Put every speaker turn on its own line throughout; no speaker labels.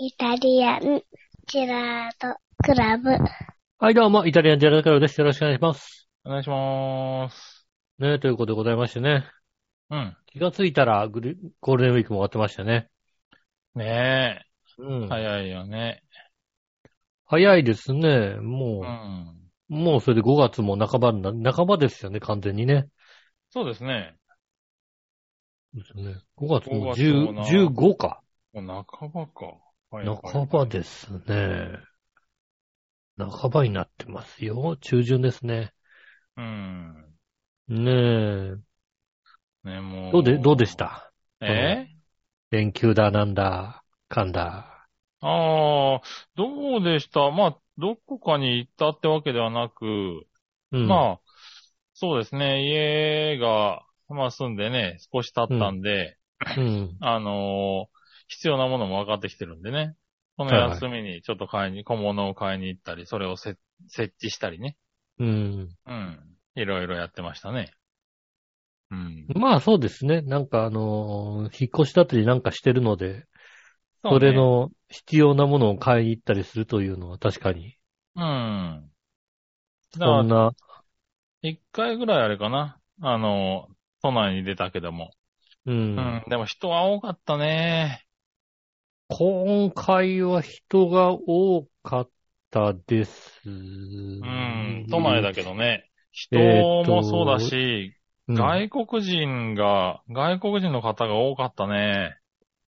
イタリアンジェラートクラブ。
はい、どうも、イタリアンジェラートクラブです。よろしくお願いします。
お願いしまーす。
ねということでございましてね。
うん。
気がついたらグリ、ゴールデンウィークも終わってましたね。
ね
うん。
え。早いよね。
早いですね。
う
も
ん。
う、もうそれで5月も半ばにな、半ばですよね、完全にね。
そうですね。
ですよね5月も10
5月もな
15か。
もう半ばか。はいはい
半ばですね。半ばになってますよ。中旬ですね。
うん。
ねえ。
ねもう。
どうで、どうでした
え
連休だ、なんだ、かんだ。
ああ、どうでしたまあ、どこかに行ったってわけではなく、
うん。あ。
まあ、そうですね。家が、まあ住んでね、少し経ったんで、
うん。
あのー必要なものも分かってきてるんでね。この
はいはい
休みにちょっと買いに、小物を買いに行ったり、それをせ設置したりね。
うん。
うん。いろいろやってましたね。うん。
まあそうですね。なんかあのー引っ越しだったりなんかしてるので、それ
うね。
の必要なものを買いに行ったりするというのは確かに、
うん。だか
そん
ら、
な、
一回ぐらいあれかな。あの、都内に出たけども。
う。
うんん。でも人は多かったね。
今回は人が多かったです。う
うん。都内だけどね。人
えーっと
もそうだし、
うん。
外国人が、外国人の方が多かったね。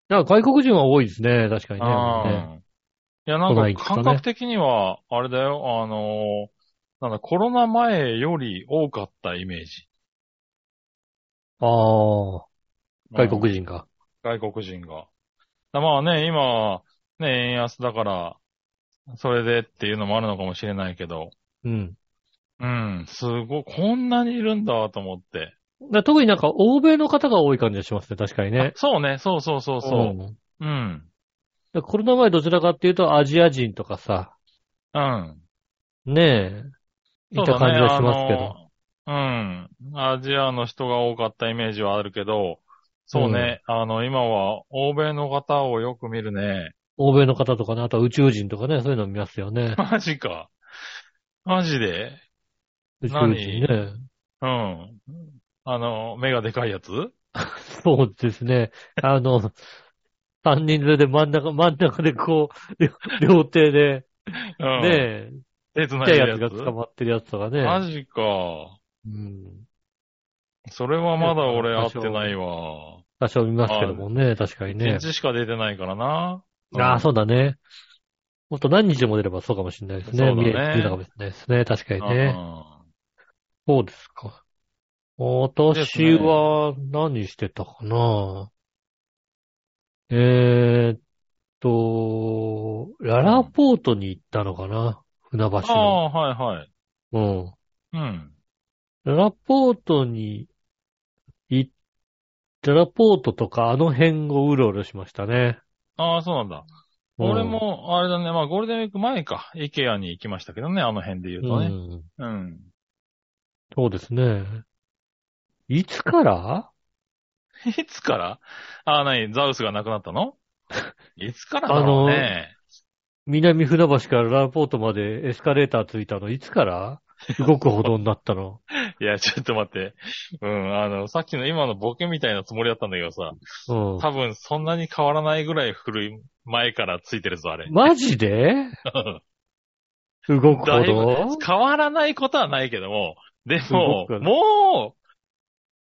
あ外国人は多いですね。確かにね。ね
うんいや、な
都内
ん
行
か
くとね
感覚的には、あれだよ、あのー、なんだ、コロナ前より多かったイメージ。
ああ、外
人。
国人か。
外国人が。だまあね、今、ね、円安だから、それでっていうのもあるのかもしれないけど、
うん。
うん、すごい、こんなにいるんだと思って。
だから特になんか欧米の方が多い感じがしますね。確かにね
あ。そうね、そうそうそうそう。
ん
うん、
でコロナ前どちらかっていうとアジア人とかさ、
うん。
ねえ、
そ
いうた
だ
感
ね
じがしますけど。
あのうん。アジアの人が多かったイメージはあるけど、そうね、あの、今は欧米の方をよく見るね。。
欧米の方とかね、あとは宇宙人とかね、そういうの見ますよね
マジか。マジで
宇宙人ね。
うん。あの、目がでかいやつ
そうですね。あの、 三人連れで真ん中、真ん中でこう、 両両手で、
うん。
ねえ、
手繋い
ちっ
で
ちゃいや
る
つ
や
が
つ。
捕まってるやつとかね。
マジか。
うん
それはまだ俺会ってないわ。
多少見ますけどもね、確かに
一
ね。
日しか出てないからな。
ああ、
う
そうだね。もっと何日も出ればそうかもしれないです
そう
ね。
だ
見
ね
えてたかもしれないですね。確かに
ん
ね。そうですか。私は何してたかな、えーっと、ララポートに行ったのかな船橋
うんあ
の。
あ、はいはい。
うん。
うん。
ララポートに行っララポートとかあの辺をうろうろしましたね。
ああ、そうなんだ。
うん
俺、も、あれだね、まあゴールデンウィーク前か、イケアに行きましたけどね、あの辺で言うと
う
ね。
ん。
うん。
そうですね。いつから
いつからああ、なに、ザウスが亡くなっ たのいつからだろうね。
南船橋からララポートまでエスカレーターついたのいつから動く歩道になったの
いや、ちょっと待って。うん、あの、さっきの今のボケみたいなつもりだったんだけどさ、
うん。
多分そんなに変わらないぐらい古い前からついてるぞ、あれ。
マジで動く
だ
ほ
いぶ
ど
変わらないことはないけども、です
ご
も、
く
もう、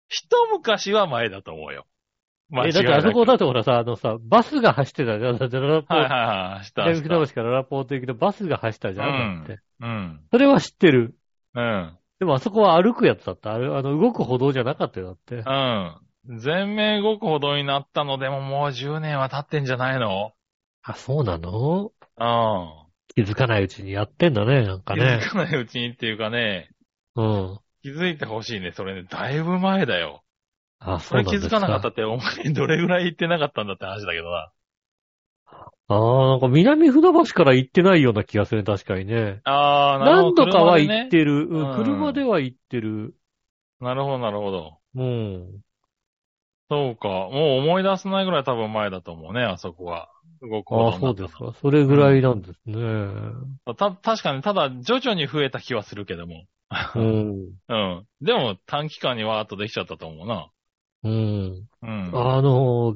一昔は前だと思うよ。間違
え、
い
だ
な
っ
く
てあそこだってほらさ、あのさ、バスが走ってたじゃん。だってララポ
はいは
ー
い
ト、
はい、し
南
た。した
船橋からララポート行くとバスが走ったじゃん。
うん
だって。
うん。
それは知ってる。
うん。
でもあそこは歩くやつだった。あれ、あの、動く歩道じゃなかったよ、だって。
うん。全面動くほどになったのでももう10年は経ってんじゃないの
あ、そうなの
う
気づかないうちにやってんだね、なんか
ん。気づ
ね。
かないうちにっていうかね、
うん。
気づいてほしいね。それね、だいぶ前だよ。
あ、
そ
そう
れ
なん
気
です
づかなかったって、お前どれぐらい行ってなかったんだって話だけどな。
ああ、なんか南船橋から行ってないような気がするね、確かにね。
あー、なるほ
何
ど。
度かは
車でね
行ってる。うん、
うん
車では行ってる。
なるほど、なるほど。
うん。
そうか。もう思い出せないぐらい多分前だと思うね、あそこは。動く
ああ、そうですか。それぐらいなんですね。
す。た、確かに、ただ、徐々に増えた気はするけども。
うん。
うん。でも、短期間にわーっとできちゃったと思うな。
うん。
うん。
あの、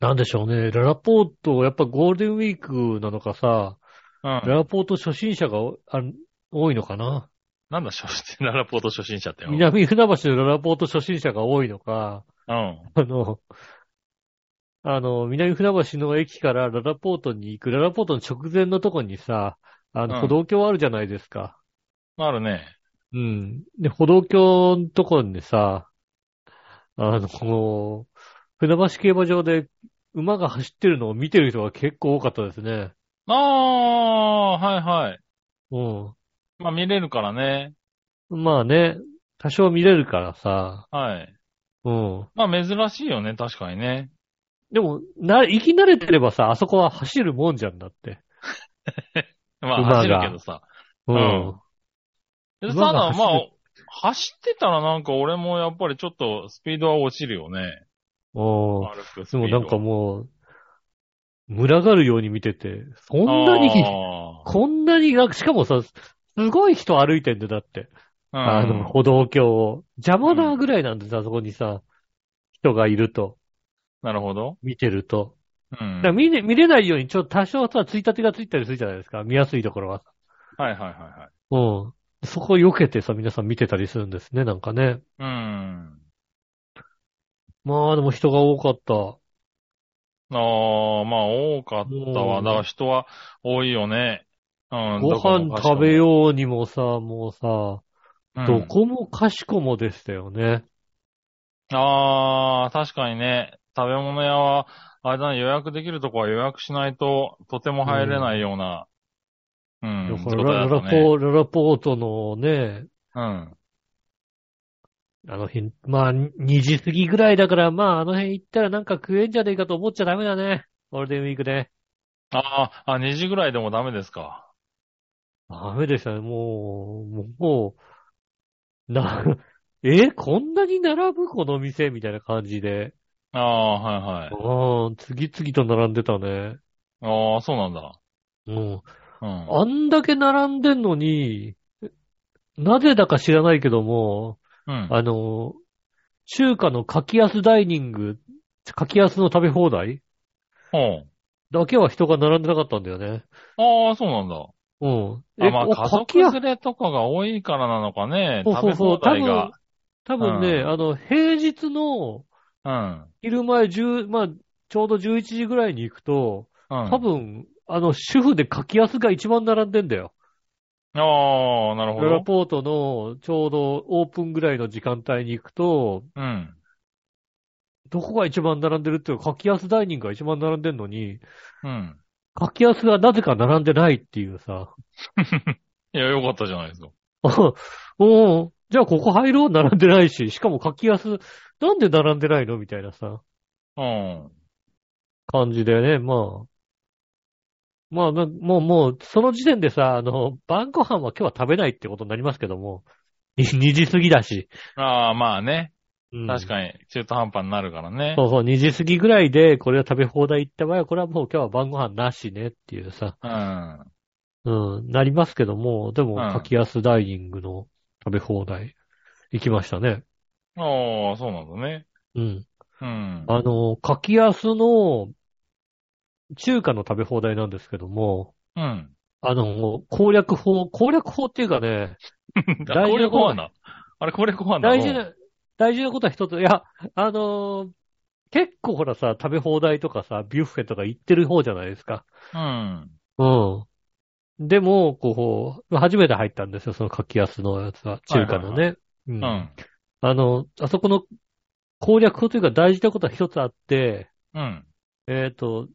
なんでしょうね。ララポート、やっぱゴールデンウィークなのかさ、
うん。
ララポート初心者があ多いのかな。
なんだ、初心、ララポート初心者って。うん。
南船橋でララポート初心者が多いのか、あの、あの、南船橋の駅からララポートに行く、ララポートの直前のとこにさ、あ
う
の、
ん
歩道橋あるじゃないですか。
あるね。
うん。で、歩道橋のとこにさ、あの、この、船橋競馬場で馬が走ってるのを見てる人が結構多かったですね。
ああ、はいはい。
う
まあ、見れるからね。
ん。まあね、多少見れるからさ、
はい。
うん。
まあ、珍しいよね、確かにね。
でも、な、生き慣れてればさ、あそこは走るもんじゃんだって。
ま
馬が
あ、走るけどさ。うんでた
馬が
だ、
走
ま
る
あ、走ってたらなんか俺もやっぱりちょっとスピードは落ちるよね。
うん。
歩く
で
スピー
も
ド。
なんかもう、群がるように見てて、そんなに、
あ
こんなになんか、しかもさ、すごい人歩いてんだよ、だって。
ー
あ
う
の、
ん。
歩道橋を。邪魔なぐらいなんです、あそこにさ、人がいると、
なるほど。
見てると。
う
だ
ん。
から
は
見
い
れ見れないように、ちょっと多少さ、ついたてがついたりするじゃないですか、見やすいところは。
はいはいはい。
うん。そこを避けてさ、皆さん見てたりするんですね、なんかね。
うん。
まあ、でも人が多かった。
ああ、まあ多かった
う
わ。
ん
だから人は多いよね。うん。
ご
どこも
飯
かしこも
食べようにもさ、もうさ、
うん。
どこもかしこもでしたよね。
ああ、確かにね。食べ物屋は、あれだね、予約できるとこは予約しないと、とても入れないような、うん、
だ
状
から
態だ
ラ
った
ラ
ね。
ポ、ララポートのね、
うん。
あの辺、まあ、2時過ぎぐらいだから、まあ、あの辺行ったらなんか食えんじゃねえかと思っちゃダメだね。ゴールデンウィークね。
ああ、あ、2時ぐらいでもダメですか。
ダメでしたね、もう、もう、もうな、え、こんなに並ぶこの店みたいな感じで。
ああ、はいは
う
い。
ん、次々と並んでたね。
ああ、そうなんだ。
うん。
うん。
あんだけ並んでんのに、なぜだか知らないけども、
うん。
あの、中華の柿安ダイニング、柿安の食べ放題
うん
だけは人が並んでなかったんだよね。
ああ、そうなんだ。
うん。
あまあ、
お
家族
柿安
連れとかが多いからなのかね。
そうそうそう
食べ放題が。
多分ね、
う
あの、平日の
うん。
昼前10、まあ、ちょうど11時ぐらいに行くと、
うん。
多分、あの、主婦で柿安が一番並んでんだよ。
ああ、なるほ
ララ
ど。
ポートのちょうどオープンぐらいの時間帯に行くと、
うん。
どこが一番並んでるっていうか、柿安ダイニングが一番並んでんのに、
うん。
柿安がなぜか並んでないっていうさ。
いや、よかったじゃないですか。
おうじゃあここ入ろう並んでないし、しかも柿安、なんで並んでないのみたいなさ、
うん。
感じでね、まあ。まあ、なもう、もう、その時点でさ、あの、晩ご飯は今日は食べないってことになりますけども、2時過ぎだし。
ああ、まあね。
うん
確かに、中途半端になるからね。
そうそう、2時過ぎぐらいで、これは食べ放題行った場合は、これはもう今日は晩ご飯なしねっていうさ、
うん。
うん、なりますけども、でも
うん、
柿安ダイニングの食べ放題、行きましたね。
ああ、そうなんだね。
うん。
うん。
あの、柿安の、中華の食べ放題なんですけども、
うん。
あの、攻略法、攻略法っていうかね、
あ攻略ご飯だ。あれ、攻略ご飯だ。
大事な、大事なことは一つ、いや、あの結構ほらさ、食べ放題とかさ、ビュッフェとか行ってる方じゃないですか。
うん。
うん。でも、こう、初めて入ったんですよ、その柿安のやつは、中華の
はい
ね。う
うんん。
あの、あそこの攻略法というか大事なことは一つあって、
うん。
えっ、と、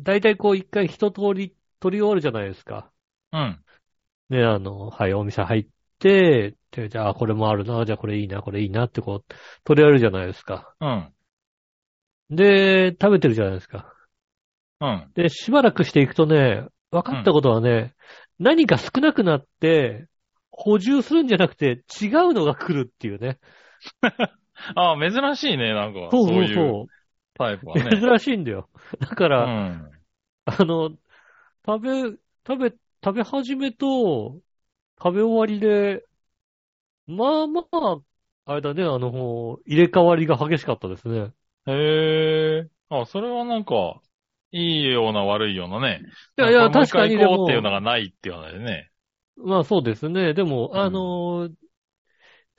大体こう一回一通り取り終わるじゃないですか。
うん。
ね、あの、はい、お店入って、でじゃあこれもあるな、じゃあこれいいな、これいいなってこう、取り終わるじゃないですか。
うん。
で、食べてるじゃないですか。
うん。
で、しばらくしていくとね、分かったことはね、何か少なくなって、補充するんじゃなくて、違うのが来るっていうね。
ああ、珍しいね、なんか。そういう。タイプは ね。
珍しいんだよ。だか
う
ら、
ん。
あの、食べ、食べ、食べ始めと、食べ終わりで、まあまあ、あれだね、あの、入れ替わりが激しかったですね。
へえ。あ、それはなんか、いいような悪いようなね。
いやいや、
なん
確かに
も
で
う一回行こう
も
っていうのがないっていう話でね。
まあそうですね。でも、
うん
あの、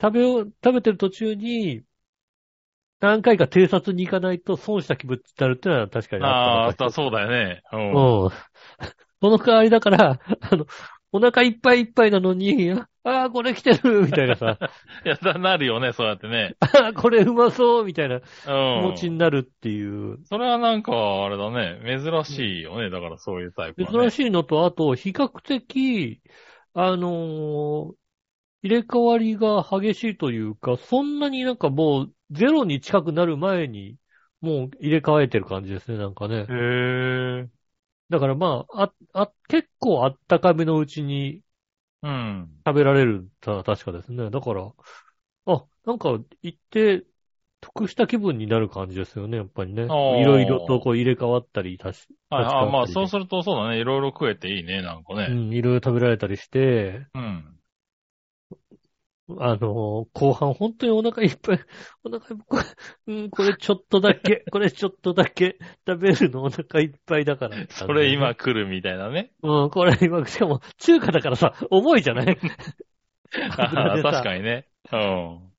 食べを、食べてる途中に、何回か偵察に行かないと損した気分になるってのは確かに
あ
あ
あ
っ
ー、
た
だそうだよね。う。
うんん。その代わりだから、あの、お腹いっぱいいっぱいなのに、ああー、これ来てるみたいなさ、
いや、だなるよね、そうやってね。
ああ、 これうまそうみたいな
う
気持ち
ん。
になるっていう。
それはなんか、あれだね。珍しいよね。だからそういうタイプは、ね。
珍
しい。
しいのと、あと、比較的、あのー入れ替わりが激しいというか、そんなになんかもう、ゼロに近くなる前に、もう入れ替えてる感じですね、なんかね。
へえ。
だからまあ、あ、あ、結構あったかめのうちに
うん。
食べられるたは確かですね。だから、あ、なんか行って、得した気分になる感じですよね、やっぱりね。い
ー
ろいろとこう入れ替わったり、足し、
はい、
確か
あ
に
まあ、そうするとそうだね。いろいろ食えていいね、なんか
う
ね。
ん、いろいろ食べられたりして、
うん。
あのー後半本当にお腹いっぱい、 お腹いっぱい、うん、これちょっとだ け、これちょっとだけ食べるのお腹いっぱいだから。
それ今。来るみたいなね。
うん、これ今、しかも中華だからさ、重いじゃない 油
あ
で
ー
さ
確かにね。うん。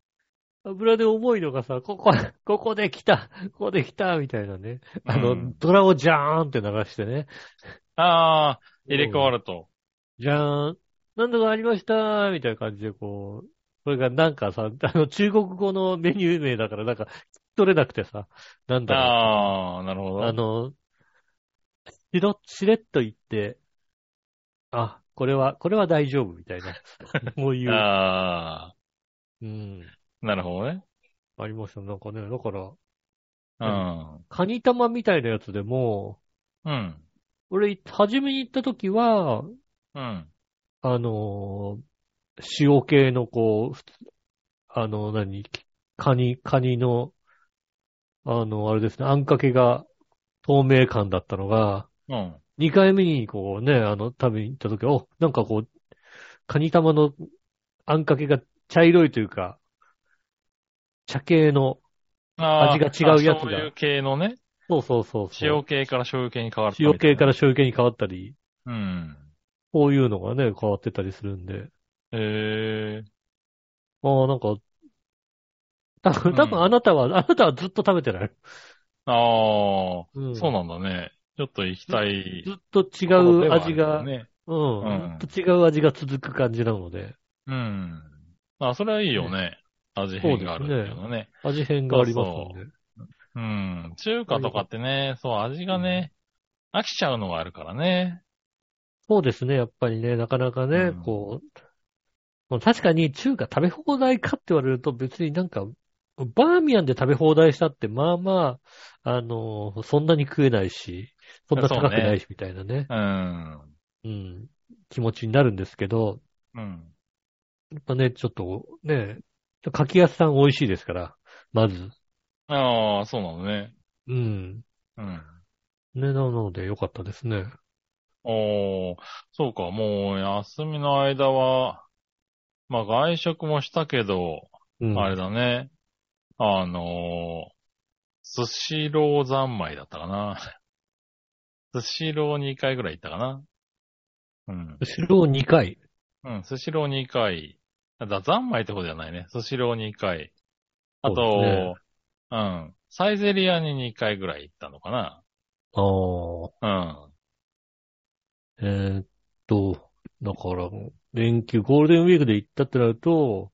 油で重いのがさ、ここ、ここで来た、ここで来た、みたいなね。あの、
うん
ドラをジャーンって流してね。
ああ、入れ替わると。
じゃーん。何度かありましたーみたいな感じでこう、それがなんかさ、あの、中国語のメニュー名だからなんか、聞き取れなくてさ、なんだろう。
ああ、なるほど。
あの、しろ、しれっと言って、あ、これは、これは大丈夫みたいな。こういう、
あ
うん、
あ、なるほどね。
ありました。なんかね、だから、
うん。
カニ玉みたいなやつでも、
うん。
俺、初めに行った時は、
うん。
あのー塩系のこう、普通あの、何、カニ、カニの、あの、あれですね、あんかけが透明感だったのが、
うん。
二回目にこうね、あの、食べに行った時は、お、なんかこう、カニ玉のあんかけが茶色いというか、茶系の、
あー
味が違うやつが
あそういう系のね。
そうそうそうそう
塩系から醤油系に変わる。
塩系から
ら。
醤油系に変わったり、
うん。
こういうのがね、変わってたりするんで、
へえ。
ああ、なんか、多
う
分、
ん
多分あなたは、あなたはずっと食べてない。
ああ、
うん
そうなんだね。ちょっと行きたい。
ずっと違う味が、
ね。
うん、
うん
ずっと違う味が続く感じなので、
うん。あ、それはいいよね。味変があるっていうのはね。
味変がありますの
そう
で。
うん。中華とかってね、そう、味がね、飽きちゃうのがあるからね。
そうですね、やっぱりね、なかなかね、
うん
こう、もう確かに中華食べ放題かって言われると別になんか、バーミヤンで食べ放題したって、まあまあ、あのーそんなに食えないし、そんな高くないし、みたいなね、
うん。
うん、気持ちになるんですけど、
うん。
やっぱね、ちょっと、ね、柿安さん美味しいですから、まず。
ああ、そうなのね。
うん。
うん。
ね、なので良かったですね。
おー、そうか、もう休みの間は、まあ外食もしたけど、
うん。
あれだね。あのー、寿司ロー三昧だったかな。 寿司ロー2回ぐらい行ったかな。うん。
後ろを2回。
うん、寿司ロー2回。だ、三昧ってことじゃないね。寿司ロー2回。あと、
そうですね
うん。サイゼリアに2回ぐらい行ったのかな。
ああ。
うん。
えーっと、だから、連休、ゴールデンウィークで行ったってなると、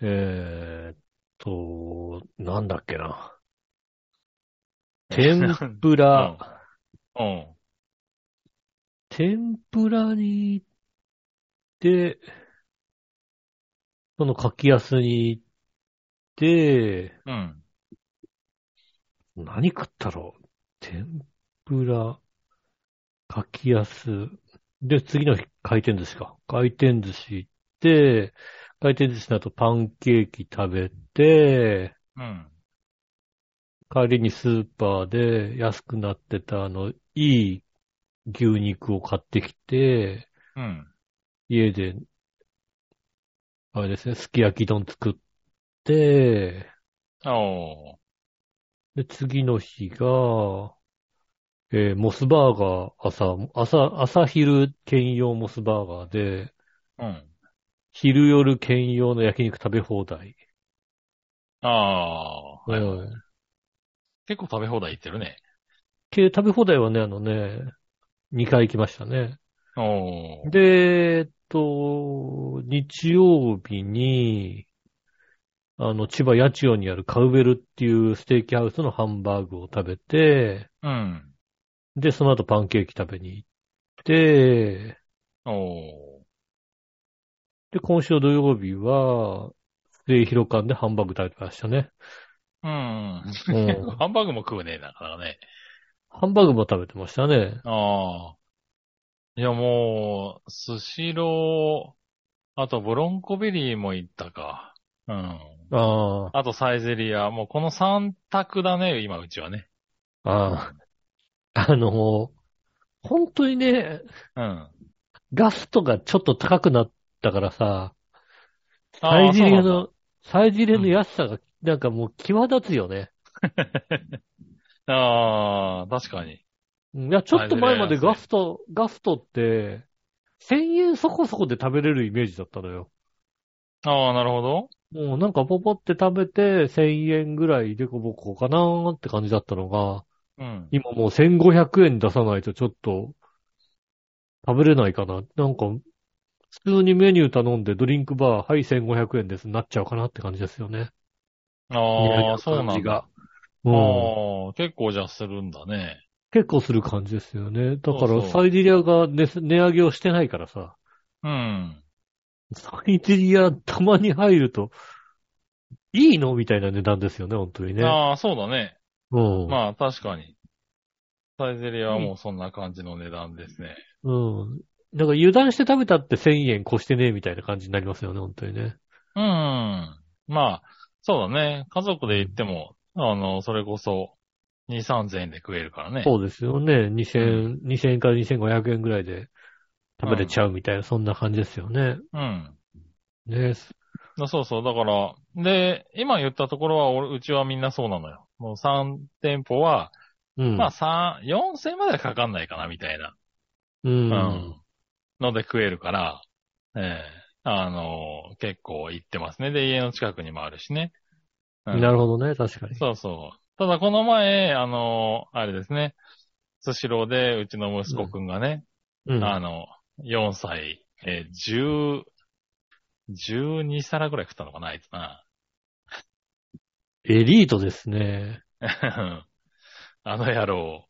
えーっと、なんだっけ な。天ぷら、
うん。
天ぷらに行って、その柿安に行って、
うん。
何食ったろう天ぷら、柿安。で、次の日、回転寿司か。回転寿司行って、回転寿司の後パンケーキ食べて、
うん。
帰りにスーパーで安くなってたあの、いい牛肉を買ってきて、
うん。
家で、あれですね、すき焼き丼作って、
お
で、次の日が、えーモスバーガー、朝、朝、朝昼兼用モスバーガーで、
ー。うん。
昼夜兼用の焼肉食べ放題。
あー。はい
うん
結構食べ放題行ってるね。
け食べ放題はね、あのね、2回行きましたね。
おー。
で、えっと、日曜日に、あの、千葉八千代にあるカウベルっていうステーキハウスのハンバーグを食べて、
うん。
で、その後パンケーキ食べに行って、
お
で、今週土曜日は、末広館でハンバーグ食べてましたね。
ー。うん。
うん、
ハンバーグも食うね、だからね。
ハンバーグも食べてましたね。
ああ。いや、もう、スシロー、あとブロンコビリーも行ったか。うん。
あ
あとサイゼリア、もうこの3択だね、今うちはね。
あ、ああ、あの、本当にね、
うん。
ガストがちょっと高くなったからさ、
あ
サイジリア
そうなん
の、サイジリアの安さが、なんかもう際立つよね。
だああ、確かに。
うんいや、ちょっと前まで
サイジリア
ガスト、ガストって、1000円そこそこで食べれるイメージだったのよ。
ああ、なるほど。
もうなんかポポって食べて、1000円ぐらいでこぼこかなーって感じだったのが、
うん。
今もう1500円出さないとちょっと、食べれないかな。なんか、普通にメニュー頼んでドリンクバー、はい1500円です、なっちゃうかなって感じですよね。
ああ、そうな
感
ん
じ
だ
が。。
あ
うん。
あ、結構じゃあするんだね。
結構する感じですよね。だか
そう
ら、
そう
サイゼリアが値値上げをしてないからさ、
うん。
サイゼリアたまに入ると、いいのみたいな値段ですよね、本当にね。
ああ、そうだね。
うん。
まあ、確かに。サイゼリアはもうそんな感じの値段ですね。
うん。だから油断して食べたって1000円越してねえみたいな感じになりますよね、本当にね。
うん。まあ、そうだね。家族で行っても、あの、それこそ、2、3000円で食えるからね。
そうですよね。2000、2000円から2500円ぐらいで食べれちゃうみたいな、そんな感じですよね。
うん。
ね。
だそうそう。だから、で、今言ったところは、俺、うちはみんなそうなのよ。もう3店舗は、
うん。
まあ三4000円まではかかんないかな、みたいな。
う。
うんので食えるから、ええあの、結構行ってますね。で、家の近くにもあるしね。うん
なるほどね、確かに。
そうそう。ただこの前、あの、あれですね。スシローで、うちの息子くんがね、
うん。
あの、4歳、えー、10、12皿ぐらい食ったのかな、あいつな。
エリートですね。
あの野郎。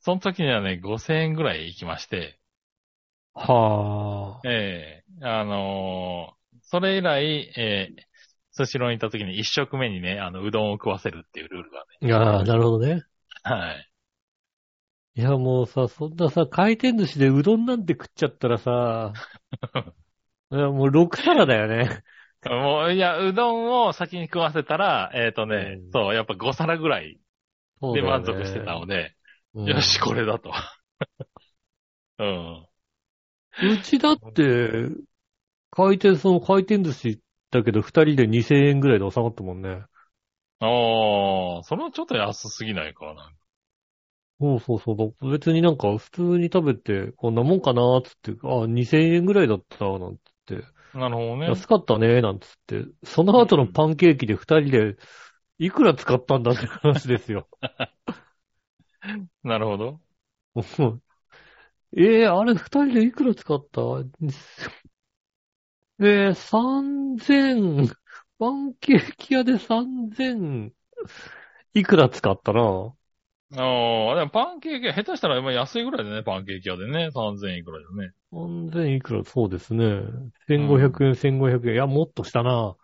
その時にはね、5000円ぐらい行きまして、
はあ。
ええあのーそれ以来、えー、スシローに行った時に一食目にね、あの、うどんを食わせるっていうルールが
ああ、なるほどね。
ね。はい。
いや、もうさ、そんなさ、回転寿司でうどんなんて食っちゃったら さ、いやもう6皿だよね。
もう、いや、うどんを先に食わせたら、えっ、とね、
うん
そう、やっぱ5皿ぐらいで満足してたので、
うん
よし、これだと。 うん。
うちだって、回転、その回転寿司だけど2人で2000円ぐらいで収まったもんね。
ああ、それはちょっと安すぎないかな。
そうそうそう。別になんか普通に食べて、こんなもんかなーっつって、あ、2000円ぐらいだった、なんつって。
なるほどね。
安かったね、なんつって。その後のパンケーキで2人で、いくら使ったんだって話ですよ。
なるほど。
うん ええあれ二人でいくら使った ええ三千、パンケーキ屋で三千、いくら使ったな
ああ、でもパンケーキ、下手したら今安いぐらいでね、パンケーキ屋でね、3000円いくらいでね。
三千いくら、そうですね。千五百円、千五百円。いや、もっとしたな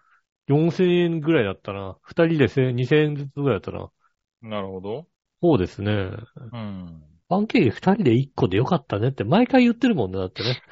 四千円ぐらいだったな。二人で千、二千円ずつぐらいだったな。
なるほど。
そうですね。
うん。
パンケーキ二人で一個でよかったねって毎回言ってるもんね、だってね。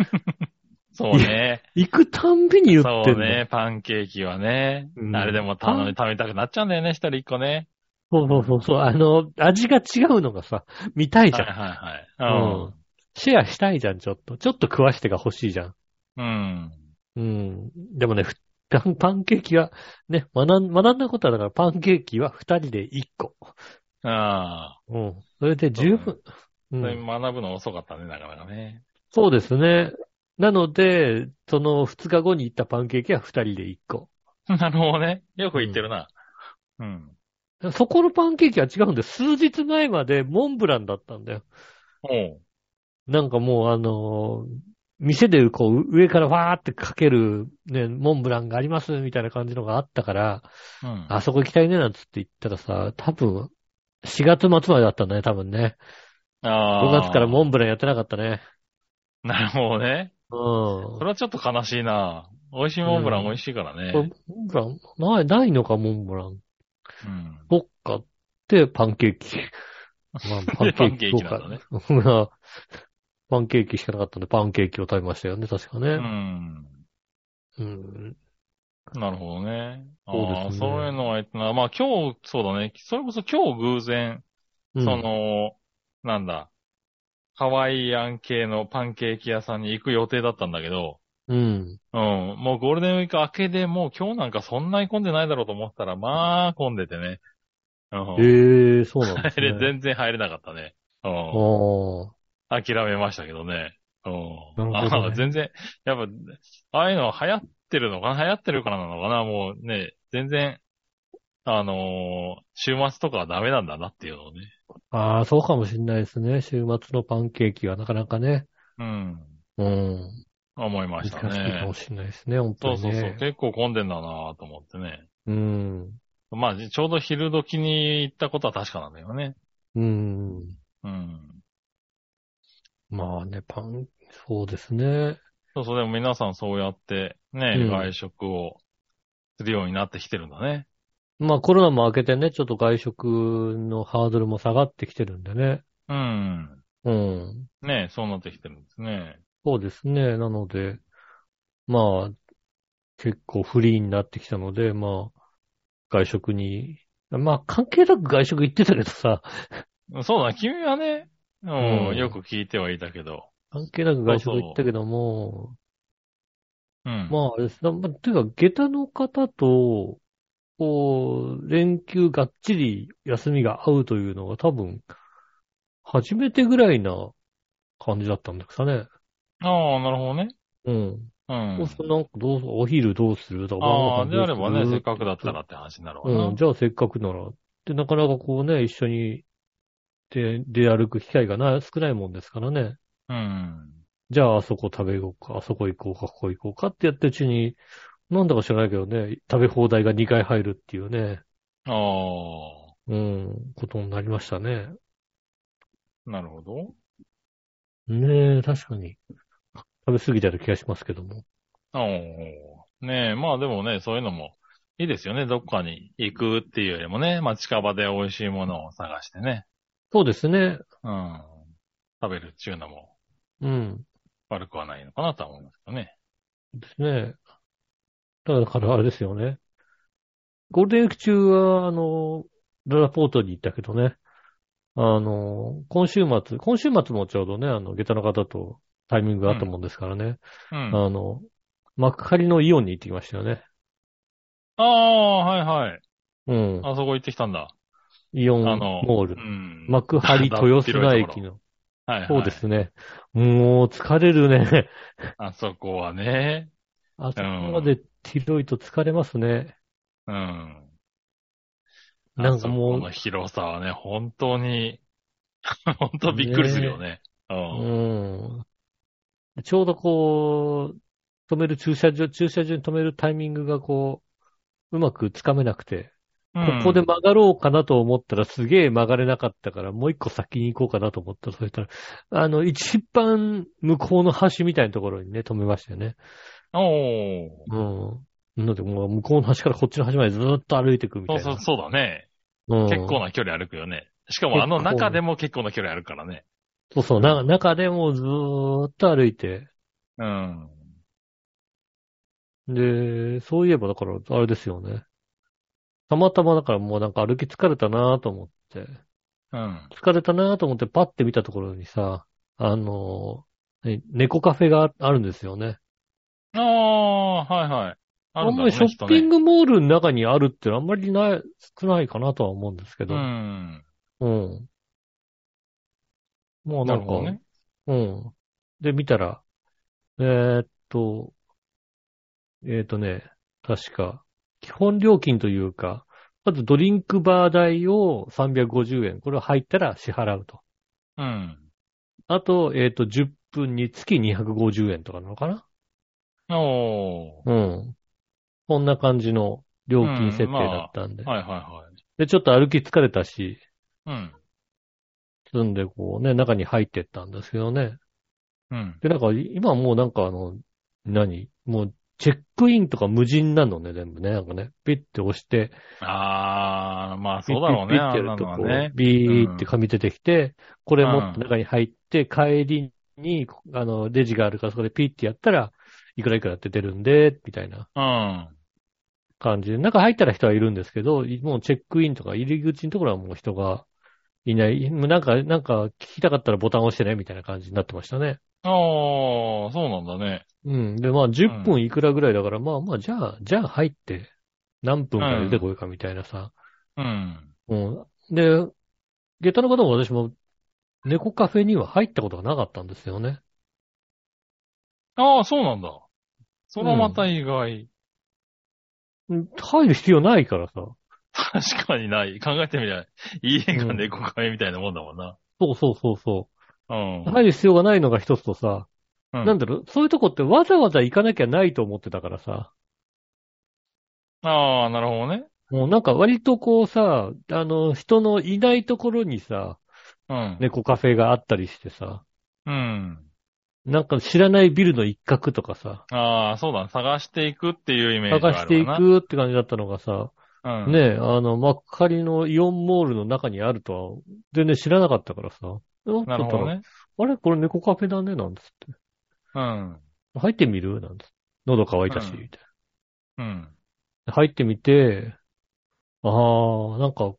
そうね。
行くたんびに 言って
そ
ん
う
の。
ね。パンケーキはね。
うん
あれでも頼み、食べたくなっちゃうんだよね、一人一個ね。
そうそうそうそう。あの、味が違うのがさ、見たいじ
はい
ゃん。
はいは
シェアしたいじゃん、ちょっと。ちょっと食わしてが欲しいじゃん。
い。うん。
うん。でもね、ふパンパンケーキは、ね、学ん学んだことは、だからパンケーキは二人で一個。
うん。ああ。
うん。それで十分。う
それ
ん、
学ぶの遅かったね、なかなかね。
そうですね。なので、その二日後に行ったパンケーキは二人で一個。
なるほどね。よく言ってるな。うん。
そこのパンケーキは違うんで、数日前までモンブランだったんだよ。
おう。
なんかもうあのー店でこう上からわーってかけるね、モンブランがありますみたいな感じのがあったから、
うん。
あそこ行きたいねなんつって言ったらさ、多分、4月末までだったんだね、多分ね。5
あ
月からモ
う。
ンブランやってなかったね。
なるほどね。
う
そ
ん。
れはちょっと悲しいな。美味しいモンブラン美味しいから
これ
ね。
モンブランない、ないのか、モンブラン。
うん。
僕買って、パンケー キ。まあ、
パンケーキなんだね
そうか パンケーキしかなかったんで、パンケーキを食べましたよね、確か
う
ね。
ん。
うん。
なるほどね。あ
そう
あ
で
ー、
すね
そういうのはえっとな、まあ今日、そうだね。それこそ今日偶然、
うん
そ、の、なんだ、ハワイアン系のパンケーキ屋さんに行く予定だったんだけど、
うん。
うん、もうゴールデンウィーク明けでもう今日なんかそんなに混んでないだろうと思ったら、まあ混んでてね。うん。
ええそうなんです
入
ね
れ。全然入れなかったね。うん。
ああ。
諦めましたけどね。うん。
なるほどね
あ全然、やっぱ、ああいうのは流行ってるのかな流行ってるからなのかなもうね、全然、あのー週末とかはダメなんだなっていうのをね。
ああ、そうかもしれないですね。週末のパンケーキはなかなかね。
うん。
うん。
思いま
難
し
したいか
ね
も。しれないですね、本当
そう
に、ね。
そうそう。結構混んでんだなと思ってね。
うん。
まあ、じちょうど昼時に行ったことは確かなんだよね。
うん。
うん。
まあね、パン、そうですね。
そうそう、でも皆さんそうやってね、
うん
外食をするようになってきてるんだね。
まあコロナも明けてね、ちょっと外食のハードルも下がってきてるんでね。
うん。
うん。
ねそうなってきてるんですね。
そうですね。なので、まあ、結構フリーになってきたので、まあ、外食に、まあ関係なく外食行ってたけどさ、
そうだ、君はね、うん
うん
よく聞いてはいたけど。
関係なく外食行ったけども、
うん。
まあ、あれですね。まあ、ていうか、下駄の方と、こう、連休がっちり休みが合うというのが多分、初めてぐらいな感じだったんですかね。
ああ、なるほどね。
うん。
うん。
そうするとなんかどうすお昼どうするとか。
あ
晩ご
あ、
飯
で
ど
あ
うす
れ
る
ばね、せっかくだったらって話になるわな。
うん、じゃあせっかくなら。で、なかなかこうね、一緒に出、出歩く機会がな、少ないもんですからね。
うん。
じゃああそこ食べ行こうか、あそこ行こうか、ここ行こうかってやってるうちに、なんだか知らないけどね、食べ放題が2回入るっていうね、
ああ、
うん、ことになりましたね。
なるほど。
ねえ、確かに。食べ過ぎてる気がしますけども。
ああ、ねえ、まあでもね、そういうのもいいですよね。どっかに行くっていうよりもね、まあ近場で美味しいものを探してね。
そうですね。
うん。食べるっていうのも
うん。
悪くはないのかなとは思いますけどね。
ですね。だから、あれですよね。ゴールデンウィーク中は、あの、ララポートに行ったけどね。あの、今週末、今週末もちょうどね、あの、下駄の方とタイミングがあったもんですからね。
うん。あ
あの、幕張のイオンに行ってきましたよね。
あ、はいはい。
うん。
あそこ行ってきたんだ。
イオン
あの、
モー
う
ル。
ん。
幕張豊砂駅の。
はいはい。
そうですね。もう疲れるね。
あそこはね。
あそこまで広いと疲れますね。
うん。
なんか
あそこ
も
の広さはね、本当に、 本当びっくりするよね。
う、うん。ちょうどこう、止める駐車場、駐車場に止めるタイミングがこう、うまくつかめなくて、
うん。
ここで
うん
曲がろうかなと思ったらすげえ曲がれなかったから、もう一個先に行こうかなと思ったら、そしたら、あの、一番向こうの端みたいなところにね、止めましたよね。
お
う
ー
ん。なので、もう向こうの端からこっちの端までずーっと歩いていくみた
そ
いうな。
そう、そうだね。
うん
結構な距離歩くよね。しかもあの中でも結構な距離歩くからね。
そうそう、な中でもずーっと歩いて。
うん。
で、そういえばだから、あれですよね。たまたまだからもうなんか歩き疲れたなぁと思って、
うん。
疲れたなぁと思ってパッて見たところにさ、あのー、ね猫カフェがああるんですよね。
ああ、はいはい。あるんだろうね、
あんまりショッピン
グ
グモールの中にあるってのはあんまりない、少ないかなとは思うんですけど。
うん。
うん。もうな
なる
んか、
ほどね。
うん。で、見たら、えーっと、えーっとね、確か、基本料金というか、まずドリンクバー代を350円。これ入ったら支払うと。
うん。
あと、えーっと、10分につき250円とかなのかな
お
うん。こんな感じの料金設定だったんで。
ー。はいはいはい。
で、ちょっと歩き疲れたし、
うん。
積んでこうね、中に入ってったんですけどね。
うん。
で、なんか、今もうなんかあの、何もう、チェックインとか無人なのね、全部ね。なんかね、ピッて押して、
ああ、まあ
ピッ
そうだろう
ピ
ね、
ッ
あ
ピ
ん
ッ
な
て
の
やると
は
こう、
ね。
ビーって紙出てきて、これ持って中に入って、帰りに、あの、レジがあるからそこでピッてやったら、いくらいくらって出るんで、みたいな
うん。
感じで。中入ったら人はいるんですけど、もうチェックインとか入り口のところはもう人がいない。もうなんか、なんか聞きたかったらボタン押してね、みたいな感じになってましたね。
ああ、そうなんだね。
うん。で、まあ、10分いくらぐらいだから、まあまあ、じゃあ、じゃあ入って、何分から出てこいかみたいなさ。
うん。
うん。で、下駄の方も私も、猫カフェには入ったことがなかったんですよね。
ああ、そうなんだ。それはまた意外。
うん入る必要ないからさ。
確かにない。考えてみりゃ、家が猫カフェみたいなもんだもんな。
そうそうそうそうう。
ん。
入る必要がないのが一つとさ、
うん
なんだろう、そういうとこってわざわざ行かなきゃないと思ってたからさ。
ああ、なるほどね。
もうなんか割とこうさ、あの、人のいないところにさ、
うん。
猫カフェがあったりしてさ、
うん。
なんか知らないビルの一角とかさ、
ああ、そうだ。探していくっていうイメージが
探
あ
して
る
い
わな。
くって感じだったのがさ、
うん。
ねえ、あの、幕張のイオンモールの中にあるとは、全然知らなかったからさ。
なるほどね。
あれこれ猫カフェだねなんつって。
うん。
入ってみるなんつって。喉乾いたし、
うん
みたい
うん。
な。入ってみて、ああ、なんか、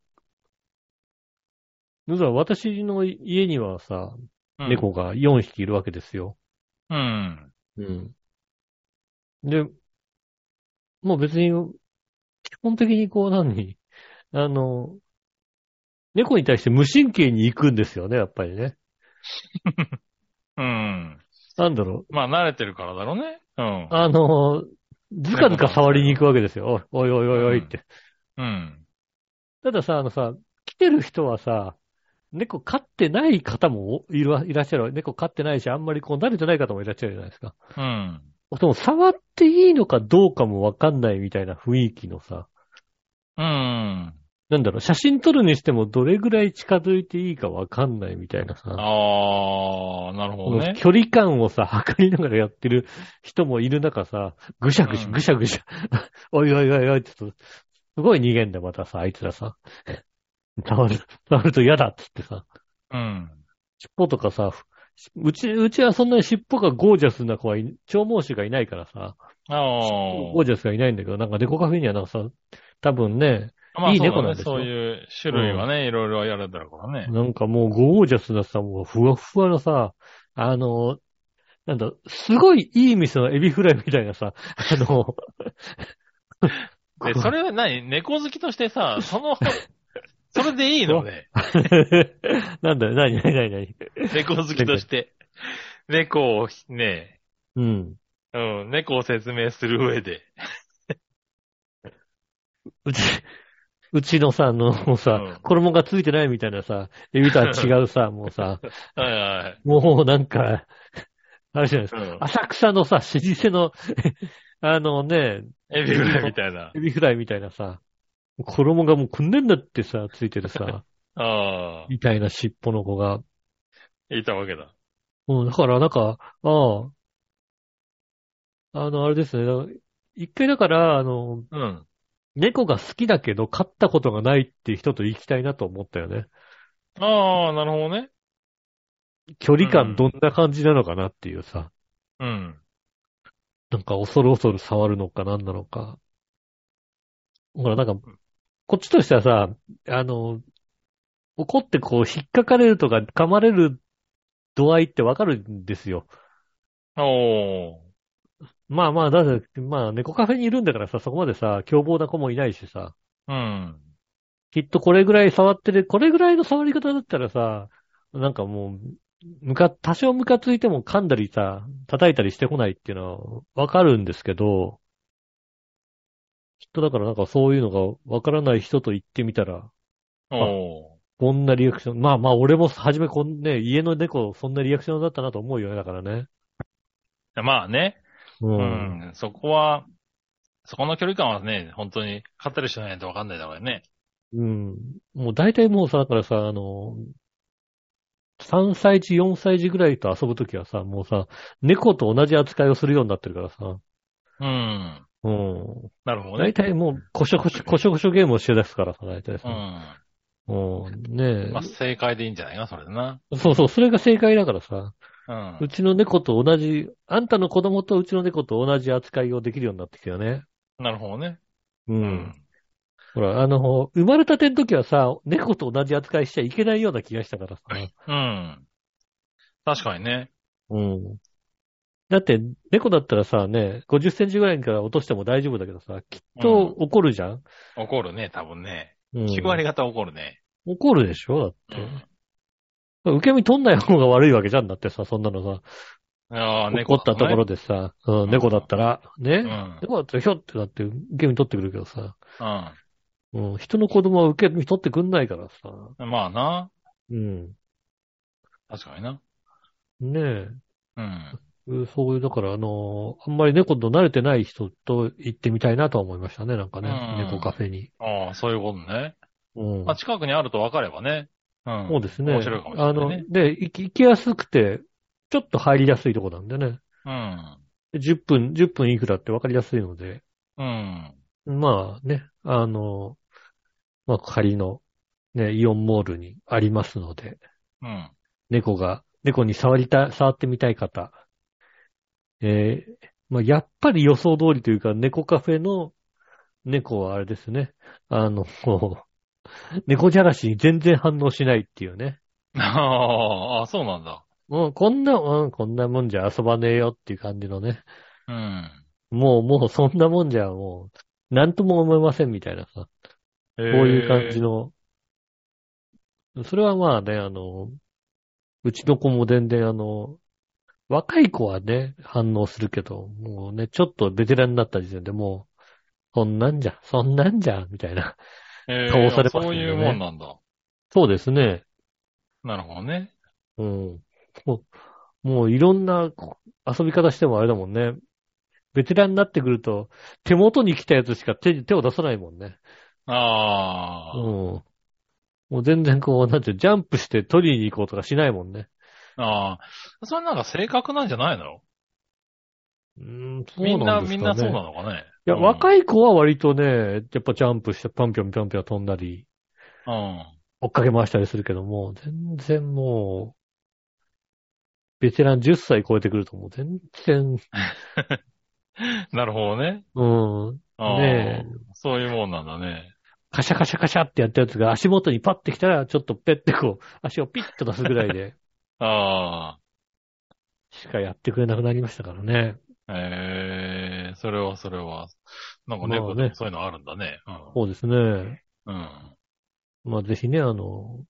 だから私の家にはさ、
うん。
猫が4匹いるわけですよ。
うん。
うん。で、もう別に、基本的にこう何、あの、猫に対して無神経に行くんですよね、やっぱりね。
うん。
なんだろ
まあ、慣れてるからだろうね。うん
う。。あの、ずかずか触りに行くわけですよ。おいおいおいおいって。
うん。
たださ、あのさ、来てる人はさ、猫飼ってない方もいるわいらっしゃる。猫飼ってないし、あんまりこう慣れてない方もいらっしゃるじゃないですか。
うん。
でも触っていいのかどうかもわかんないみたいな雰囲気のさ、
うん。
なんだろう、写真撮るにしてもどれぐらい近づいていいかわかんないみたいなさ、
ああ、なる
こ
ほ
の
どね。
距離感をさ、測りながらやってる人もいる中さ、ぐしゃぐしゃ、
うん
ぐしゃぐしゃ、 おいおいおいおいって言うと、すごい逃げんだよ、またさ、あいつらさ。触る、触ると嫌だっつってさ、
うん。
尻尾とかさ、うち、うちはそんなに尻尾がゴージャスな子はい、長毛種がいないからさ、
ああ。
ゴージャスがいないんだけど、なんか猫カフェにはなんかさ、多分ね、
まあ
いい
そう
猫
だ
なん
ね。
ですよ
そういう種類はね、いろいろやれてるからね。
なんかもうゴージャスなさ、もうふわふわなさ、あの、なんだ、すごいいい店のエビフライみたいなさ、あの、
で、それは何猫好きとし てさ、その、それでいいのね。
なんだよ、なになになになに
猫好きとして。猫をね、
うん。
うん、猫を説明する上で。
うち、うちのさ、あの、もうさ、
うん
衣がついてないみたいなさ、エビとは違う さ、もうさ、
はいはい。
もうなんか、あれじゃないです
う
か。
ん。
浅草のさ、老舗の、あのね、
エビフライみたいな。
エビフライみたいなさ、衣がもうこんなんだってさ、ついてるさ、
あ
みたいな尻尾の子が、
あ、いたわけだ。
うん、だから、なんか、ああ、あの、あれですね。だから一回だから、あの、
うん。
猫が好きだけど飼ったことがないっていう人と行きたいなと思ったよね。
ああ、なるほどね。
距離
うん
感どんな感じなのかなっていうさ。
うん。
なんか恐る恐る触るのか何なのか。ほら、なんか、こっちとしてはさ、あの、怒ってこう、引っかかれるとか、噛まれる度合いってわかるんですよ。
おー。
まあまあ、だって、まあ、猫カフェにいるんだからさ、そこまでさ、凶暴な子もいないしさ、
うん。
きっとこれぐらい触ってる、これぐらいの触り方だったらさ、なんかもう、むか、多少ムカついても噛んだりさ、叩いたりしてこないっていうのはわかるんですけど、きっとだからなんかそういうのがわからない人と言ってみたら、
お
こんなリアクション。まあまあ、俺も初めこんね、家の猫、そんなリアクションだったなと思うよね、だからね。
ー。まあね。
う
うん。そこは、そこの距離感はね、本当に、勝ったりしないとわかんないだろうね。
うん。もう大体もうさ、だからさ、あの、3歳児、4歳児ぐらいと遊ぶときはさ、もうさ、猫と同じ扱いをするようになってるからさ、
うん。
うん。
なるほど
大
ね。
体もう、こしょこしょ、こしょこしょゲームをして出すからさ、大体
う
さ。
ん。
うん。ね
まあ、正解でいいんじゃないか、それでな。
え。そうそう、それが正解だからさ、
うん
う。ちの猫と同じ、あんたの子供とうちの猫と同じ扱いをできるようになってきたよね。
なるほどね。
う。。
うん
ほら、あの、生まれたての時はさ、猫と同じ扱いしちゃいけないような気がしたからさ。
うん。確かにね。
うん。だって、猫だったらさ、ね、50センチぐらいから落としても大丈夫だけどさ、きっと怒るじゃん、
怒るね、多分ね。
うん、
9割方怒るね。
怒るでしょ
う
だって、
ん。
受け身取んない方が悪いわけじゃんだってさ、そんなのさ、
ああ、
怒
猫
ったところでさ、う、
うんん
猫だったら、ね、
うん。
猫だったらひょってなって受け身取ってくるけどさ、
う
うん、人の子供は受け身取ってくんないからさ、
ん。まあな。
うん。
確かにな。
ねえ。
うん。
うんそういう、だから、あのーあんまり猫と慣れてない人と行ってみたいなとは思いましたね、なんかね、
うん
猫カフェに。
ああ、そういうことね。
うん
まあ、近くにあると分かればね。うん。
そうですね。
面白いかもしれないね
あの、で、行き行きやすくて、ちょっと入りやすいとこなんでね。
うん。
10分、10分いくらって分かりやすいので、
うん。
まあね、あの、まあ仮の、ね、イオンモールにありますので、
うん。
猫が、猫に触りた、触ってみたい方、えーまあやっぱり予想通りというか、猫カフェの猫はあれですね、あの、 こう猫じゃらしに全然反応しないっていうね。
ああ、そうなんだ。
もうこんな、うん、こんなもんじゃ遊ばねえよっていう感じのね。
うん。
もう、もうそんなもんじゃもう、なんとも思いませんみたいなさ。
こう
こういう感じの。それはまあね、あの、うちの子も全然あの、若い子はね、反応するけど、もうね、ちょっとベテランになった時点でもう、そんなんじゃ、そんなんじゃ、みたいな。
え
倒されます
そ
よ
う
ね
いうもんなんだ。
そうですね。
なるほどね。
うん。もう、もういろんなこ遊び方してもあれだもんね。ベテランになってくると、手元に来たやつしか手に、手を出さないもんね。
あ
う
あ、
ん。もう全然こう、なんていうのジャンプして取りに行こうとかしないもんね。
ああ。それなんか性格なんじゃないの
うん、そう
みんな、
んですかね
みんなそうなのかね。
いや、
うん
若い子は割とね、やっぱジャンプして、パンピョンピョンピョン飛んだり、
うん。
追っかけ回したりするけども、全然もう、ベテラン10歳超えてくるともう全然、
なるほどね。
うん、
ああ
ねえ
そういうもんなんだね。
カシャカシャカシャってやったやつが足元にパッてきたら、ちょっとペッてこう、 足をピッと出すぐらいで、
あ
しかやってくれなくなりましたからね。
あ。ええそれはそれは。なんか
まあね
猫でもそういうのあるんだね。
そうですね。
うん。うん。
まあぜひね、あの、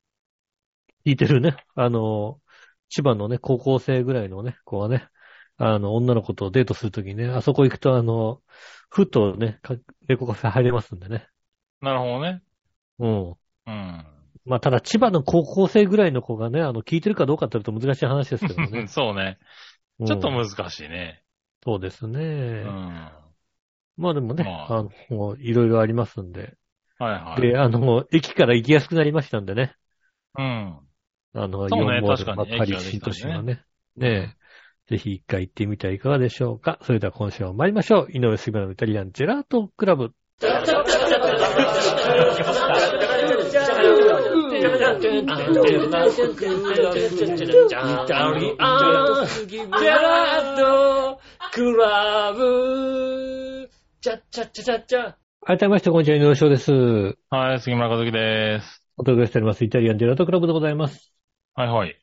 聞いてるね、あの、千葉のね、高校生ぐらいのね、子はね、あの、女の子とデートするときにね、あそこ行くと、あの、ふとね、か猫カフェ入れますんでね。
なるほどね。
うん。
うん。
まあただ、千葉の高校生ぐらいの子がね、あの、聞いてるかどうかって言うと難しい話ですけど ね。
そうね。ちょっと
うん、
難しいね。
そうですね。
うん。
まあでもね、
ま
あ、の、いろいろありますんで。
はいはい。
で、あの、駅から行きやすくなりましたんでね。
うん。
あの、
そう
イ
ね
オンモール
確かに
ばっか
駅
り
ができ
新
た
都
んでね
心はね。ねえ。ぜひ一回行ってみてはいかがでしょうか。それでは今週も参りましょう。井上杉村のイタリアンジェラートクラブ。
ラートクラブチャチャチャチャチャ
改めまして、こんにちは、井上翔です。
はい、杉村和樹です。
お届けしております。イタリアンデラートクラブでございます。
はいはい。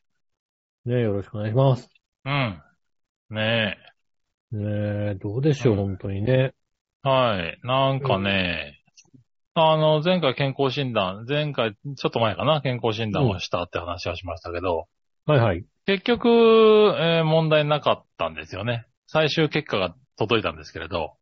ねよろしくお願いします。
うん。ね
ねえ、どうでしょう、
うん
本当にね。
え。はい。なんかね、あの、前回健康診断、前回、ちょっと前かな、健康診断をしたって話はしましたけど、
はいはい。
結局、えー問題なかったんですよね。最終結果が届いたんですけれど、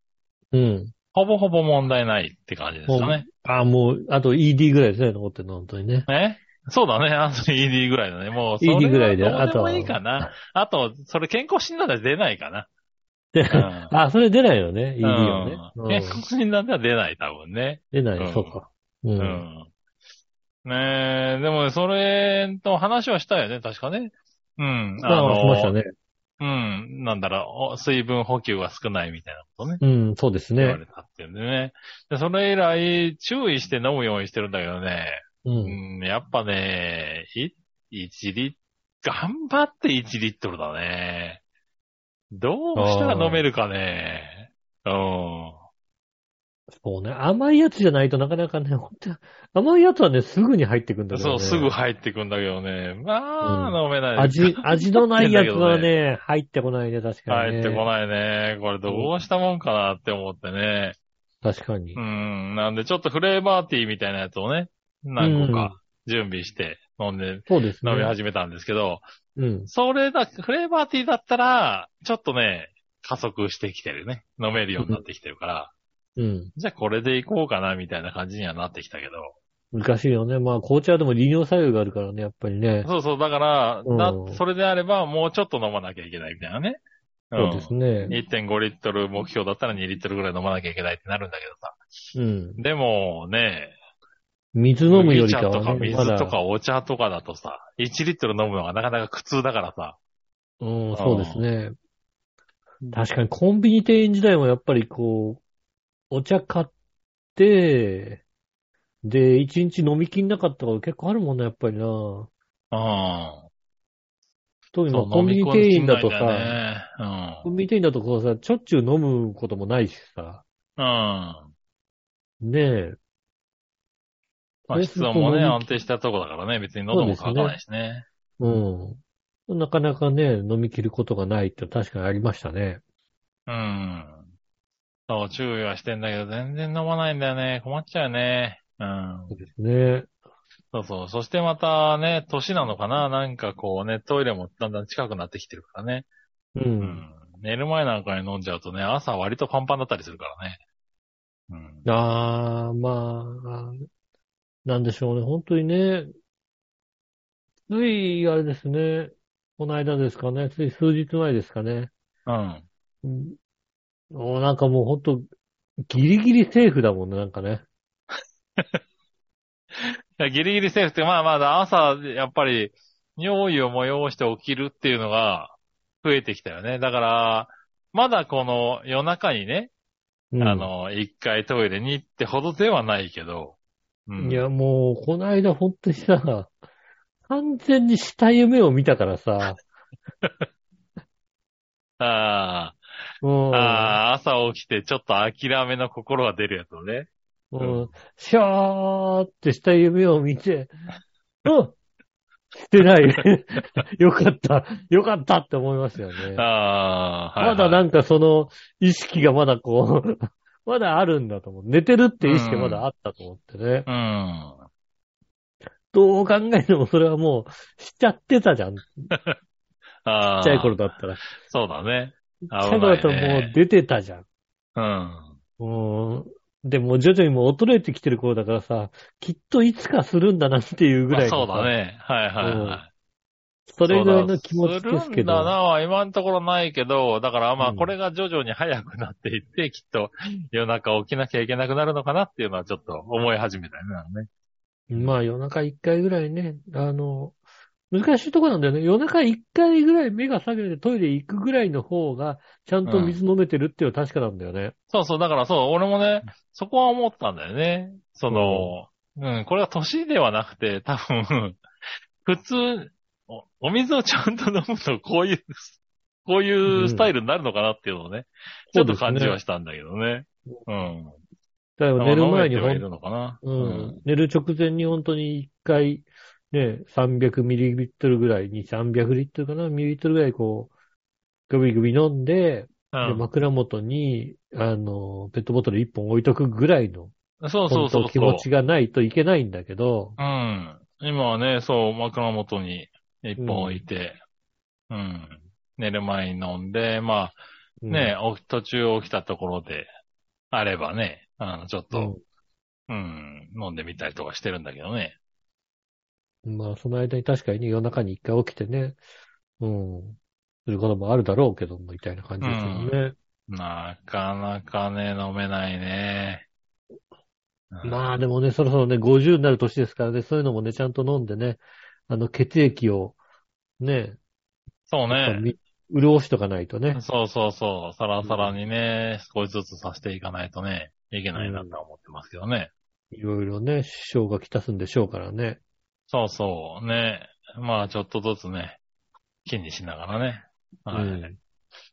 うん。
ほぼほぼ問題ないって感じですかね。
ああ、もう、あと ED ぐらいですね、残ってるの、本当にね。
えそうだね。あと ED ぐらいだね。もう、それは
ED ぐらいで、
どう
あ
で
と
も
は。
いいかな。あと、それ健康診断では出ないか な。
で
うん
あ、それ出ないよね、ED はね。
う
うん
ん健康診断では出ない、多分ね。
出
う
なんい、そうか。う。
うんん。ねえ、でもね、それと話はしたよね、確かね。うん。
まあ、しましたね。
うん。なんだろうお、水分補給が少ないみたいなことね。
うん、そうです
言わ
ね。
れたっていうんでね。で、それ以来、注意して飲むようにしてるんだけどね。
う。
うんん、やっぱね、い、1リットル、頑張って1リットルだね。どうしたら飲めるかね。うん。
そうね。甘いやつじゃないとなかなかね、本当に甘いやつはね、すぐに入ってくんだけど
そ
ね。
う、すぐ入ってくんだけどね。まあ、
う
飲めな い。
味、味のないやつは
入ってんだけど
ね、入ってこないね、確かに
入
ね。
ってこないね。これどうしたもんかなって思ってね。
確かに
う。ん。なんでちょっとフレーバーティーみたいなやつをね、何個か準備して飲んで、
そうですね。
飲み始めたんですけど、
うん。
それだ、フレーバーティーだったら、ちょっとね、加速してきてるね。飲めるようになってきてるから、
うん。
じゃあこれでいこうかなみたいな感じにはなってきたけど。
難しいよね。まあ、紅茶でも利尿作用があるからね、やっぱりね。
そうそう、だから、
うん
だそれであればもうちょっと飲まなきゃいけないみたいなね。
そうですね。
1.5リットル目標だったら2リットルぐらい飲まなきゃいけないってなるんだけどさ。
うん。
でもね、
水飲むより
麦
か
茶とか
はね、ま
水
だ。
とかお茶とかだとさ、1リットル飲むのがなかなか苦痛だからさ。
うん、そうですね。確かにコンビニ店員時代もやっぱりこう、お茶買って、で、一日飲みきんなかったから結構あるもんな、やっぱりな。
う
特に
ん。
ま
そ
あ
う
コンビニ店員だと
飲み込んで
さ、
ないんだよ
コンビニ店員だとこうさ、ちょっちゅう飲むこともないしさ、
ね。うん。うん。
ねえ。
ま
そ
あ、
うす
室
ると
温もね、
飲み
安定したとこだからね、別に喉も乾かないしね。
うん。なかなかね、飲み切ることがないって確かにありましたね。
うん。そう、注意はしてんだけど、全然飲まないんだよね。困っちゃうよね。うん。
そうですね。
そうそう。そしてまたね、歳なのかななんかこうね、トイレもだんだん近くなってきてるからね。
う。
うんん。寝る前なんかに飲んじゃうとね、朝割とパンパンだったりするからね。うん。
ああ、まあ、なんでしょうね。本当にね、つい、あれですね。この間ですかね。つい数日前ですかね。
うん。
うんおなんかもう本当、ギリギリセーフだもんね、なんかね。
いやギリギリセーフって、まあまだ朝、やっぱり、尿意を催して起きるっていうのが増えてきたよね。だから、まだこの夜中にね、
うん
あ、の、一回トイレに行ってほどではないけど、うん。
いや、もう、この間本当にさ、完全にした夢を見たからさ。
あ
うん
あ、ああ、朝起きてちょっと諦めの心が出るやつをね。
う。
うん
シャーってした夢を見て、うんしてない。 よかった。よかったって思いましたよね。
ああ、はい、はい。
まだなんかその意識がまだこう、 まだあるんだと思う。寝てるって意識がまだあったと思ってね。
うん。
どう考えてもそれはもう、しちゃってたじゃん。ち
ああ。
っちゃい頃だったら。ち
そうだね。
っちゃい頃だったらもう出てたじゃん。
う
う
ん。
ん。でも徐々にもう衰えてきてる頃だからさ、きっといつかするんだなっていうぐらいのさ
まあそうだね。はいはい
うん
はい。
それぐらいの気持ちです
す
け
るん
ど。
だなは今のところないけど、だからま
う
あ
ん
これが徐々に早くなっていって、きっと夜中起きなきゃいけなくなるのかなっていうのはちょっと思い始めたよねなんかね。
まあ夜中一回ぐらいね、あの、難しいとこなんだよね。夜中一回ぐらい目が下げてトイレ行くぐらいの方が、ちゃんと水飲めてるっていうのは確かなんだよね。
そうそう、だからそう、俺もね、そこは思ったんだよね。その、うん、これは年ではなくて、多分、 普通、おお水をちゃんと飲むとこう いう、こういうスタイルになるのかなっていうのをね、ちょっと感じはしたんだけどね。うん。
だから寝る前に
飲めては
ほ
い
ん、
るのかな。
うん。寝る直前に本当に一回、ね、300ミリリットルぐらいに、300リットルかな、ミリリットルぐらいこう、グビグビ飲んで、
うん
で枕元に、あの、ペットボトル1本置いとくぐらいの、
そうそうそうそ
本
う。
当気持ちがないといけないんだけど、
うん。今はね、そう、枕元に一本置いて、うん、寝る前に飲んで、まあ
うん
ね、お途中起きたところで、あればね、あの、ちょっと、うん、飲んでみたりとかしてるんだけどね。
うんまあ、その間に確かにね、夜中に一回起きてね、うん、することもあるだろうけども、みたいな感じですよね。
なかなかね、飲めないね。
まあでもね、そろそろね、50になる年ですからね、そういうのもね、ちゃんと飲んでね、あの、血液を、ね、
そうね。
み潤しとかないとね。
そうそうそう。さらさらにね、少しずつさせていかないとね、いけないなとは思ってますけどね。
いろいろね、支障が来たすんでしょうからね。
そうそう、ね。まあ、ちょっとずつね、気にしながらね。はい。
うん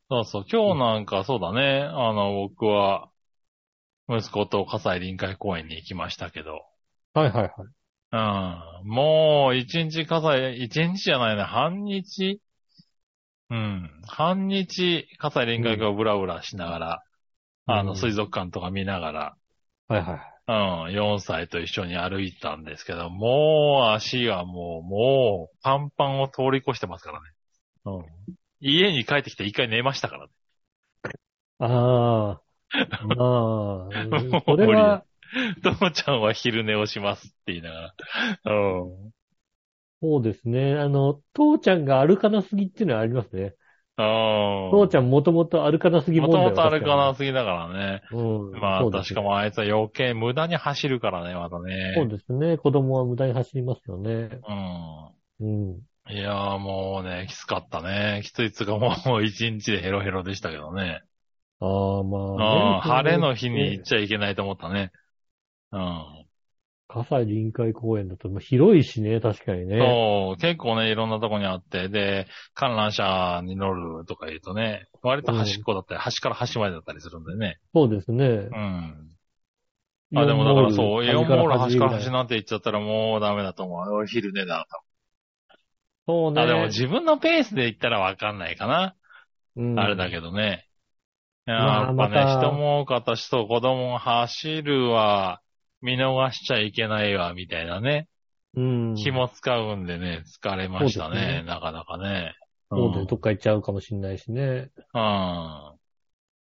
そうそう、今日なんかそうだね、あの、僕は、息子と葛西臨海公園に行きましたけど、
はいはいはい。
うん。もう、一日葛西、一日じゃないね、半日うん。半日、葛西臨海公園をブラブラしながら、あ
う
の、
ん
水族館とか見ながら、
はいはい。
うん、4歳と一緒に歩いたんですけど、もう足がもう、もう、パンパンを通り越してますからね。うん。家に帰ってきて一回寝ましたからね。
ああ、ま
もう
あ、これは、
ともちゃんは昼寝をしますって言いながら。うん。
そうですね。あの、父ちゃんが歩かなすぎっていうのはありますね。
あ
父ちゃんもともと歩かなすぎ
も
問
と
題
も
は
とあれ
確
か
に
なすぎだからね。
うん。
まあ、
そうです
確かもうあいつは余計無駄に走るからね、またね。
そうですね。子供は無駄に走りますよね。
う
うん。
ん。いやーもうね、きつかったね。きついっつうかもう 一日でヘロヘロでしたけどね。
ああ、まあね、
うん、
その
晴れの日に行っちゃいけないと思ったね。うん。
葛西臨海公園だと、まあ広いしね、確かにね。
そう、結構ね、いろんなとこにあって、で、観覧車に乗るとか言うとね、割と端っこだったり、端から端までだったりするんでね。
そうですね
う。ん。あ、でもだからそう、イオンモール端から端
の。
なんて行っちゃったらもうダメだと思う。お昼寝だ
そう
と。
ね。
あ、でも自分のペースで行ったらわかんないかな。
うん
あれだけどね。いや
まあ
やっぱね、
また
人も多かったし、そう、子供が走るわ、見逃しちゃいけないわ、みたいなね。
うん。
気も使うんでね、疲れました
そうです
ね、
ね
なかなかね。
そう
う
で
ん
どっか行っちゃうかもしんないしね。
う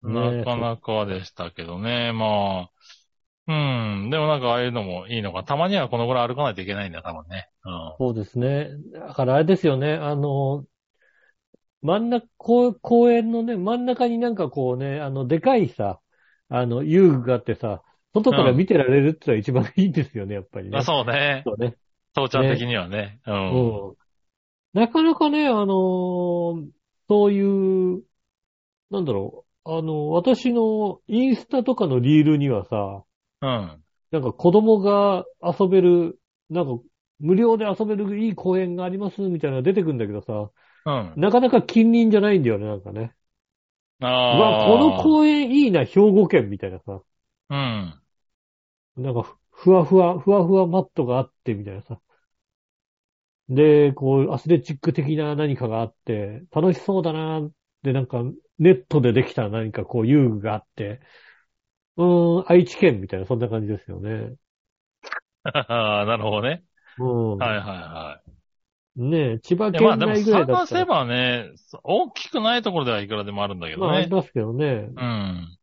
ん。
ね
なかなかでしたけどね、まあ。うん。でもなんかああいうのもいいのか。たまにはこのぐらい歩かないといけないんだ、多分ね。うん。
そうですね。だからあれですよね、あの、真ん中、こう公園のね、真ん中になんかこうね、あの、でかいさ、あの、遊具があってさ、外から見てられるってのは一番いいですよね、やっぱりね。
あそうね。
そうね。
父ちゃん的にはね。うん。
うんなかなかね、あのーそういう、なんだろう、あの、私のインスタとかのリールにはさ、
うん。
なんか子供が遊べる、なんか無料で遊べるいい公園がありますみたいなのが出てくるんだけどさ、
うん。
なかなか近隣じゃないんだよね、なんかね。
あ
う
あ。
わ、この公園いいな、兵庫県みたいなさ。
うん。
なんかふ、ふわふわ、ふわふわマットがあって、みたいなさ。で、こう、アスレチック的な何かがあって、楽しそうだなで、なんか、ネットでできた何かこう、遊具があって、うーん、愛知県みたいな、そんな感じですよね。
なるほどね。
うん。
はいはいはい。
ねえ、千葉
で
県
まあでも
内ぐらいだ
探
った
せ
ら、
ばね、大きくないところではいくらでもあるんだけ
ま
ど
あ、あ
ね
り。ますけどね。
うん。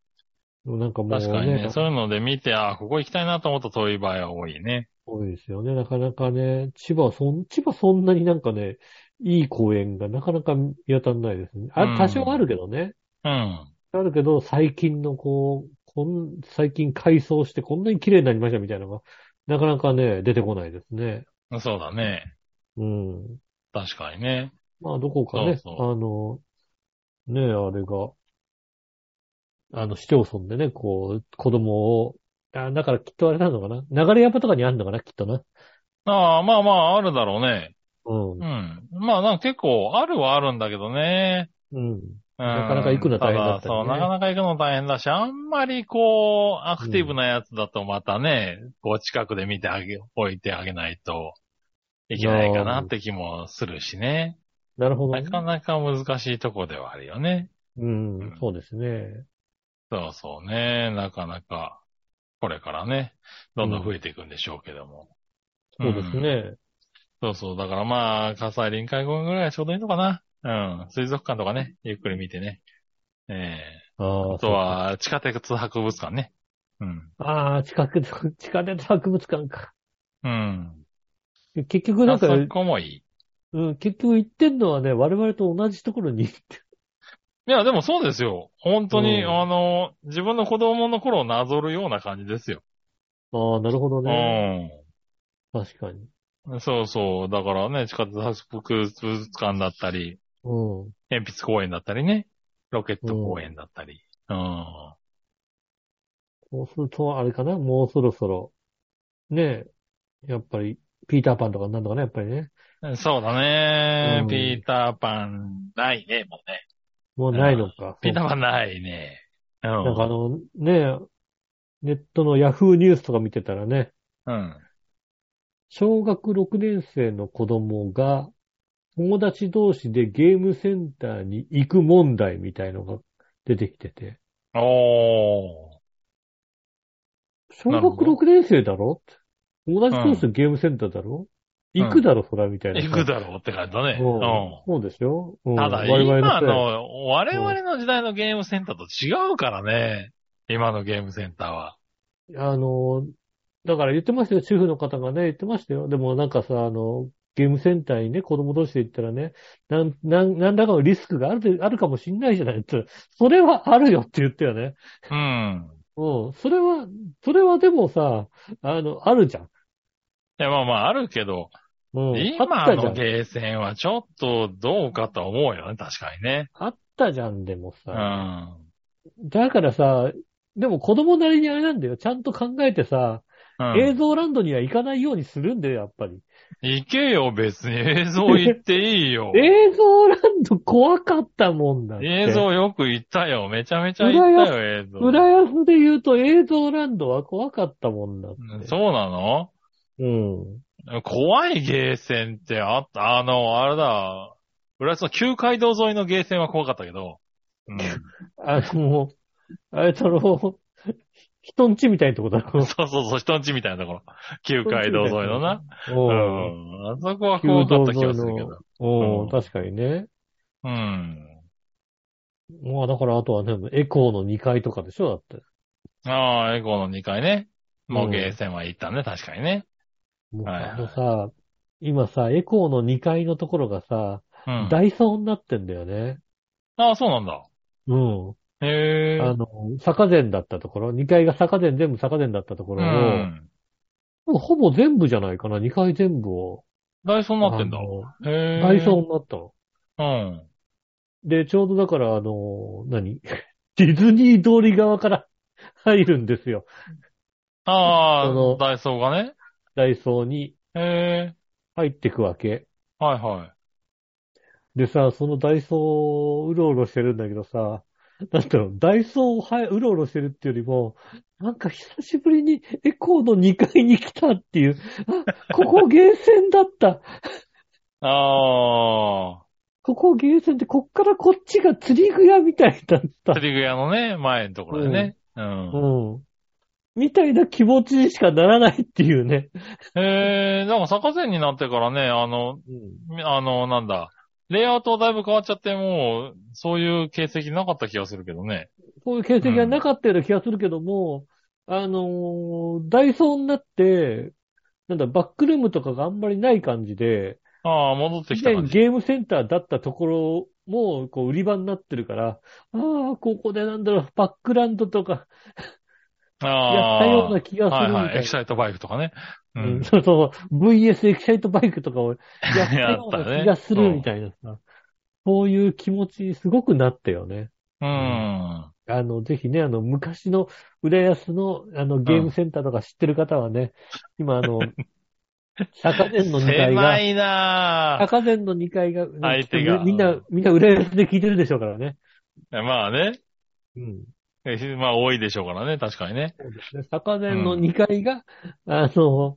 なんかもう
確かにね
ね、、
そういうので見て、あここ行きたいなと思った遠い場合は多いね。
多いですよね。なかなかね、千葉はそん、千葉そんなになんかね、いい公園がなかなか見当たらないですね。
うん
あ、多少あるけどね。
うん。
あるけど、最近のこう、こん、最近改装してこんなに綺麗になりましたみたいなのが、なかなかね、出てこないですね。
そうだね。
うん。
確かにね。
まあ、どこかね、
そうそ
あの、ね、あれが、あの、市町村でね、こう、子供を、あ、だからきっとあれなのかな流山とかにあるのかなきっとな。
ああ、まあまあ、あるだろうね。
うん
う。ん。まあ、なんか結構、あるはあるんだけどね。
うん。
な
かなか行くの大変だったりね
そう、なかなか行くの大変だし、あんまりこう、アクティブなやつだとまたね、こう近くで見てあげ、置いてあげないといけないかなって気もするしね。
なるほどね、
なかなか難しいとこではあるよね。
うん、そうですね。
そうそうね、なかなか、これからね、どんどん増えていくんでしょうけども。
そうです
ん。
ね。そう
そうそう、だからまあ、関西臨海公園ぐらいちょうどいいのかな。うん、水族館とかね、ゆっくり見てね。ええ
あ
あとは、地下鉄博物館ね。うん。
ああ、近く、 地下鉄博物館か。
うん。
結局なんか、
あそこもいい。
うん、結局行ってんのはね、我々と同じところに行 って。
いや、でもそうですよ。本当に、
うん
あの、自分の子供の頃をなぞるような感じですよ。
ああ、なるほどね。確かに。
うん。そうそう。だからね、地下鉄博物館だったり、
うん。
鉛筆公園だったりね、ロケット公園だったり。うん。
そうすると、あれかなもうそろそろ。ねえ。やっぱり、ピーターパンとかなんとかね、やっぱりね。
そうだね、
うん
ピーターパン、ないね、もうね。
もうないのか。
ピーター
ン。
パンないね。う
なんかあの、ねえ、ネットのヤフーニュースとか見てたらね、
ん。
小学6年生の子供が、友達同士でゲームセンターに行く問題みたいのが出てきてて。
うん。おー。
小
なる
学
ほど
6年生だろって友達同士のゲームセンターだろ、
うん
行くだろ、そら、みたいな。
行くだろうって感じだね。
うん
う
そうでしょ、うん
ん。ただ、
我々
今
世代
の、我々の時代のゲームセンターと違うからね。今のゲームセンターは。
あの、だから言ってましたよ、主婦の方がね、言ってましたよ。でもなんかさ、あの、ゲームセンターにね、子供同士で行ったらね、なん、なん、なんらかのリスクがあるで、あるかもしんないじゃないって。それはあるよって言ったよね。
うん。
うん。それは、それはでもさ、あの、あるじゃん。
いや、まあまあ、あるけど、
うん。あっ
今
たじゃ
の
ん。
ゲーセンはちょっとどうかと思うよね。確かにね。
あったじゃん、でも
う
さ。
ん。
だからさ、でも子供なりにあれなんだよ。ちゃんと考えてさ、
うん
映像ランドには行かないようにするんだよ、やっぱり。。
行けよ、別に。映像行っていいよ
映像ランド怖かったもんだって。
映像よく行ったよ。めちゃめちゃ行ったよ、映像。
浦安で言うと映像ランドは怖かったもんだって。
うんそうなの
うん。
怖いゲーセンってあった、あの、あれだ、浦安の旧街道沿いのゲーセンは怖かったけど、 うん、
あの、もう、あれ、その、人んちみたいなとこだろ。
そうそうそう、人んちみたいなところ。旧街道沿いのな。 う
うん。
ん。あそこは怖かった気がするけ
旧道沿いの
ど。
お
う
うん確かにね。
うん。
まあ、だから、あとはね、エコーの2階とかでしょだって。
ああ、エコーの2階ね。も
うん
うゲーセンは行ったね、確かにね。
もう
はいはい
あのさ、今さ、エコーの2階のところがさ、
うん。
ダイソーになってんだよね。
ああ、そうなんだ。
うん。
へえ。
あの、坂前だったところ、2階が坂前、全部坂前だったとこ
う
ろを、
ん。
もうほぼ全部じゃないかな、2階全部を。
ダイソーになってんだ
あ。の
へえ。
ダイソーになったの。
うん。
で、ちょうどだから、あの、何 ディズニー通り側から入るんですよ。そ
あ
の
あ、ダイソーがね。
ダイソーに
へえ。
入ってくわけ。
はいはい。
でさ、そのダイソーをうろうろしてるんだけどさ、なんだろう、ダイソーをはいうろうろしてるっていうよりも、なんか久しぶりにエコーの2階に来たっていう、あ、ここゲーセンだった。
ああ。
ここゲーセンで、こっからこっちが釣り具屋みたいだった
釣。り具屋のね、前のところでね。うん。
うん。みたいな気持ちにしかならないっていうね。
えー、なんか坂前になってからね、あの、みあの、なんだ、レイアウトだいぶ変わっちゃって、もう、そういう形跡なかった気がするけどね。
こういう形跡がなかったような気がするけども、あのーダイソーになって、なんだ、バックルームとかがあんまりない感じで、
ああ、戻って
以
きた
前
感じ。
ゲームセンターだったところも、こう、売り場になってるから、ああ、ここでなんだろう、バックランドとか、や
あ
っ
あ。
たような気がするみたい
はい
な。
はい。エキサイトバイクとかね。う
うんん、。そうそう、VS エキサイトバイクとかをやった
や
よ
っ
う
た
な
ね
気がするみたいなさ、そういう気持ちにすごくなったよね。
うん。
あの、ぜひね、あの、昔の浦安の、あの、ゲームセンターとか知ってる方はね、今、あ の、坂前の2階
狭
が、
いなぁ。
坂前の2階が、
相手が
みみんな、みんな浦安で聞いてるでしょうからね。
まあね。
うん。
えまあ多いでしょうからね、確かにね。
そうですね。坂前の2階が、 あの、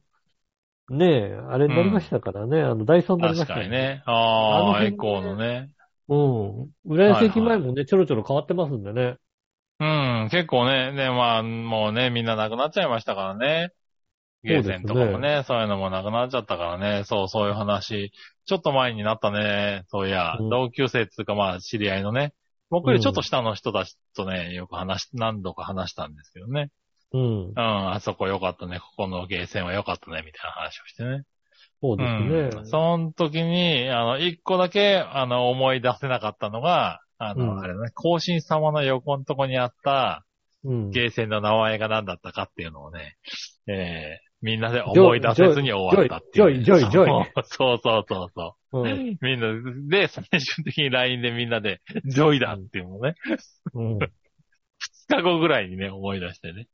ねえ、あれになりましたからね。あの、ダイソンになりま
確
した
か
よ
に。ね。あ
あ
あ、
の辺ね
エコーのね。
うん。浦安駅前もね、ちょろちょろ変わってますんでね。
うん、結構ね、ね、まあ、もうね、みんな亡くなっちゃいましたからね。ゲーセンとかも
そう
ね、そういうのもなくなっちゃったからね、そう、そういう話。ちょっと前になったね、そういや、
うん
同級生っていうかまあ、知り合いのね、僕よりちょっと下の人たちとね、よく話し、何度か話したんですけどね。
うん。
うん、あそこ良かったね、ここのゲーセンは良かったね、みたいな話をしてね。
そうで
うん。
すね。
その時に、あの、一個だけ、あの、思い出せなかったのが、あの、
うん
あれだね、更新様の横のとこにあった、
うん。
ゲーセンの名前が何だったかっていうのをね、えー、みんなで思い出せずに終わったっていうね、
ジョイジョイジョイジョイ
そうそうそうそうう。
ん
みんなで、最終的に LINE でみんなで、ジョイだっていうのをね、
うん。
2日後ぐらいにね、思い出してね。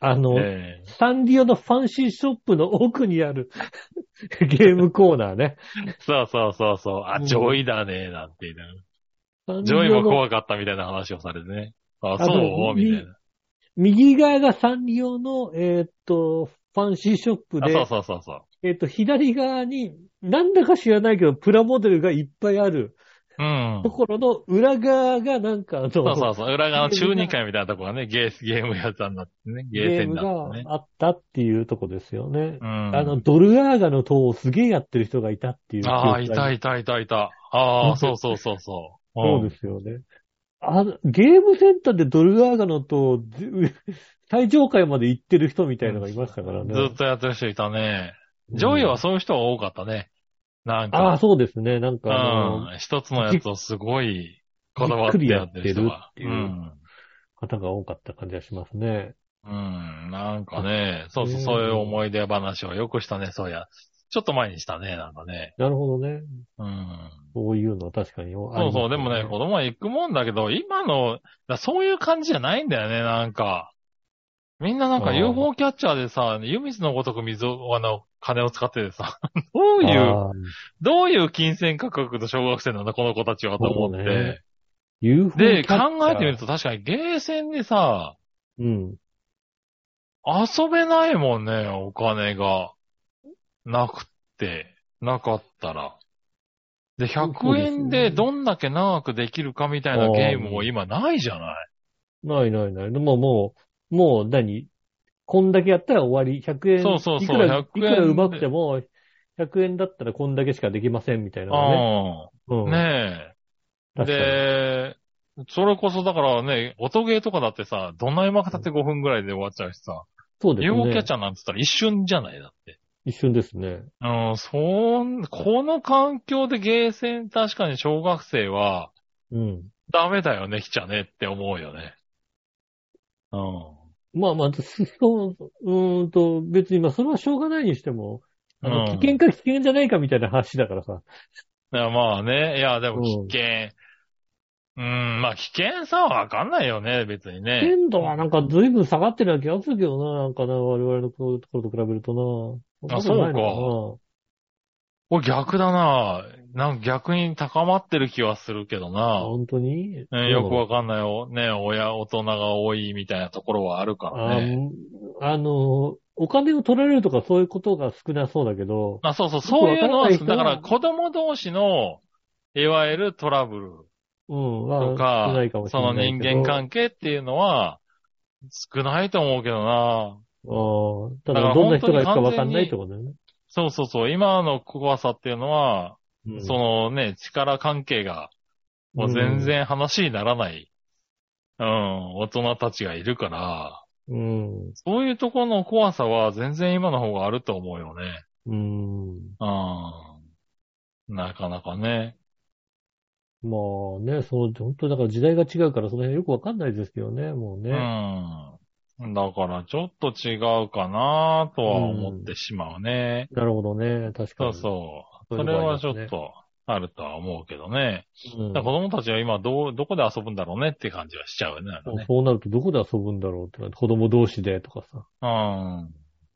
あの、
え
サンディオのファンシーショップの奥にある ゲームコーナーね。
ーそうそうそうそう、あ、
うん
ジョイだね、なんて言いながら
サンデ
ジ
ィ
ョイ
オ
も
の
怖かったみたいな話をされてね。あ、
あ
そう
で
み
も
たいな。
右側がサンリオの、えーっと、ファンシーショップ
あ、
で、
そうそうそうそう。
えーっと、左側に、なんだか知らないけど、プラモデルがいっぱいある
うん
と。ころの裏側がなんか、あの
そうそうそう。裏側の中二階みたいなとこがね、ゲー、ゲーム屋さんだってね。ゲー
ゲ
セ
ー
ン
ム
だったね。
があったっていうとこですよね。
うん。
あの、ドルアーガの塔をすげえやってる人がいたっていう記憶が
あ
あ
あ、
り
い
ます。
たいたいたいた。ああ、そうそうそうそう。
そうですよね。あのゲームセンターでドルアーガのと、ず最上階まで行ってる人みたいのがいましたからね。
うんずっとやってる人いたね。ジョイはそういう人が多かったね。なん
ああ、
か、
そうですね。なんか、あの
うん。一つのやつをすごい、こだわってやってる人が。
じっくりやってるっ方が多かった感じがしますね。
うん、なんかね、そうそうう、
ん
そういう思い出話をよくしたね、そうや。ちょっと前にしたね、なんかね。
なるほどね。
うん。
そういうのは確かにあります
そ
よ、
うそう、でもね、子供は行くもんだけど、今の、だそういう感じじゃないんだよね、なんか。みんななんか
あー
UFO キャッチャーでさ、湯水のごとく水を、あの、金を使っててさ、 どういう、
ああ
どういう金銭価格の小学生なんだ、この子たちはと思って。
そうね UFO
で、
キャッチャー
考えてみると確かにゲーセンでさ、
うん。
遊べないもんね、お金が。なくって、なかったら。で、
そう
100
ですね
円でどんだけ長くできるかみたいなゲームも今ないじゃない。
ないないない。でももう、もう何こんだけやったら終わり。100円。
そうそうそう
いくら、い
100
く
円
ら奪っても、100円だったらこんだけしかできませんみたいなのね。う
うんん。。ねえ。
確かに、
で、それこそだからね、音ゲーとかだってさ、どんな今かたって5分ぐらいで終わっちゃうしさ、
そうです
UFO キャッ
ね。
チャーなんて言ったら一瞬じゃないだって。
一瞬ですね。
うん、そん、この環境でゲーセン確かに小学生は、
うん。
ダメだよね、来ちゃねって思うよね。うん。
まあまあ、すそう、うーんと、別に、まあ、それはしょうがないにしても、あの
うん
危険か危険じゃないかみたいな話だからさ。
いや、まあね。いや、でも
うん
危険。うん、まあ危険さはわかんないよね、別にね。
鮮度はなんか随分下がってるわけがするけどな、なんかな、我々のところと比べるとな。
あ
んなこ
俺逆だななんか逆に高まってる気はするけど
とないのかなあ
な、
本当に、
ねよくわかんないよ。ね、親、大人が多いみたいなところはあるからね。
ああの、お金を取られるとかそういうことが少なそうだけど、
あ、そうそう、そういうのは、
よ
だ
くわかんない人は
から子供同士の、いわゆるトラブル。
うん、
と
は
か
少ないか、もし
そ
れな
の
いけ
人
ど。
間関係っていうのは、少ないと思うけどな。
係。た
だか
だ、
ら
どんな人がいるかわかんないってことだよね。
そうそうそう、今の怖さっていうのは、
うん
そのね、力関係が、もう全然話にならない、うん、大人たちがいるから、
うん。
そういうところの怖さは全然今の方があると思うよね。
うん。
うん。なかなかね。
まあね、そう、本当だから時代が違うからその辺よくわかんないですけどね、もう
う
ね。
ん。だからちょっと違うかなとは思ってしまうね。
なるほどね、確か
そう
に。
そう。
そうい
そ
とこ
うれ
ありま
は
す
ち
ね
ょっとあるとは思うけどね。
うん
だから子供たちは今どう、どこで遊ぶんだろうねって感じはしちゃうよね。なんか
そう
ね
そうなるとどこで遊ぶんだろうってなって、子供同士でとかさ、
うん。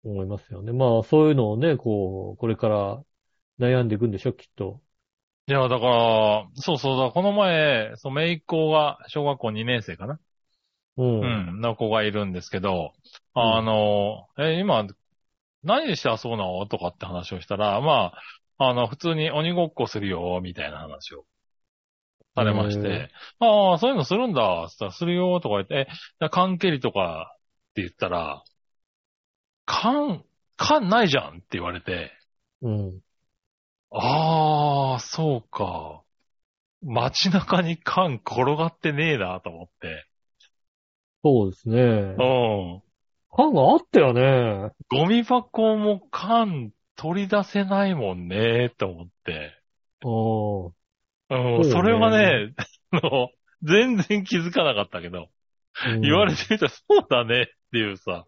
思いますよね。まあそういうのをね、こう、これから悩んでいくんでしょ、きっと。
いや、だから、そうそうだ、この前、そう、姪っ子が小学校2年生かな
うん。
うん、の子がいるんですけど、あの、え、今、何して遊ぶのとかって話をしたら、まあ、あの、普通に鬼ごっこするよ、みたいな話をされまし
へ
て、ああ、そういうのするんだ、つったらするよ、とか言って、え、缶蹴りとかって言ったら、缶、缶ないじゃんって言われて、
うん。
ああ、そうか。街中に缶転がってねえな、と思って。
そうですね
う。ん。
缶があったよ ね。
ゴミ箱も缶取り出せないもんね、と思って。
うん。そう
うん、
ね
それはね、あの、全然気づかなかったけど、
うん
言われてみたらそうだねっていうさ、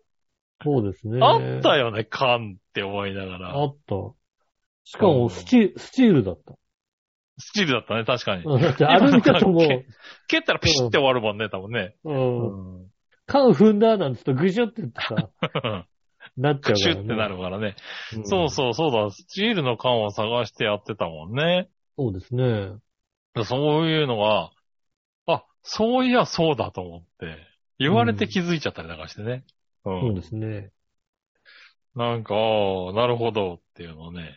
そうですね。
あったよね、缶って思いなが
あ
ら。
った。しかも、スチ、スチールだ った。
スチールだったね、確かに。
うんだってあれ見たとも
今蹴ったらピシって終わるもんね、多分ね。
う、
う
うん。
ん。
缶踏んだなんつうとぐしゅってってさ、 なっちゃうから、ね。
シュってなるからね。
うん。
そうそうそうだ、スチールの缶を探してやってたもんね。
そうですね。
そういうのが、あ、そういやそうだと思って、言われて気づいちゃったりなんかしてね。う。
そうんですね。
なんか、あーなるほどっていうのをね、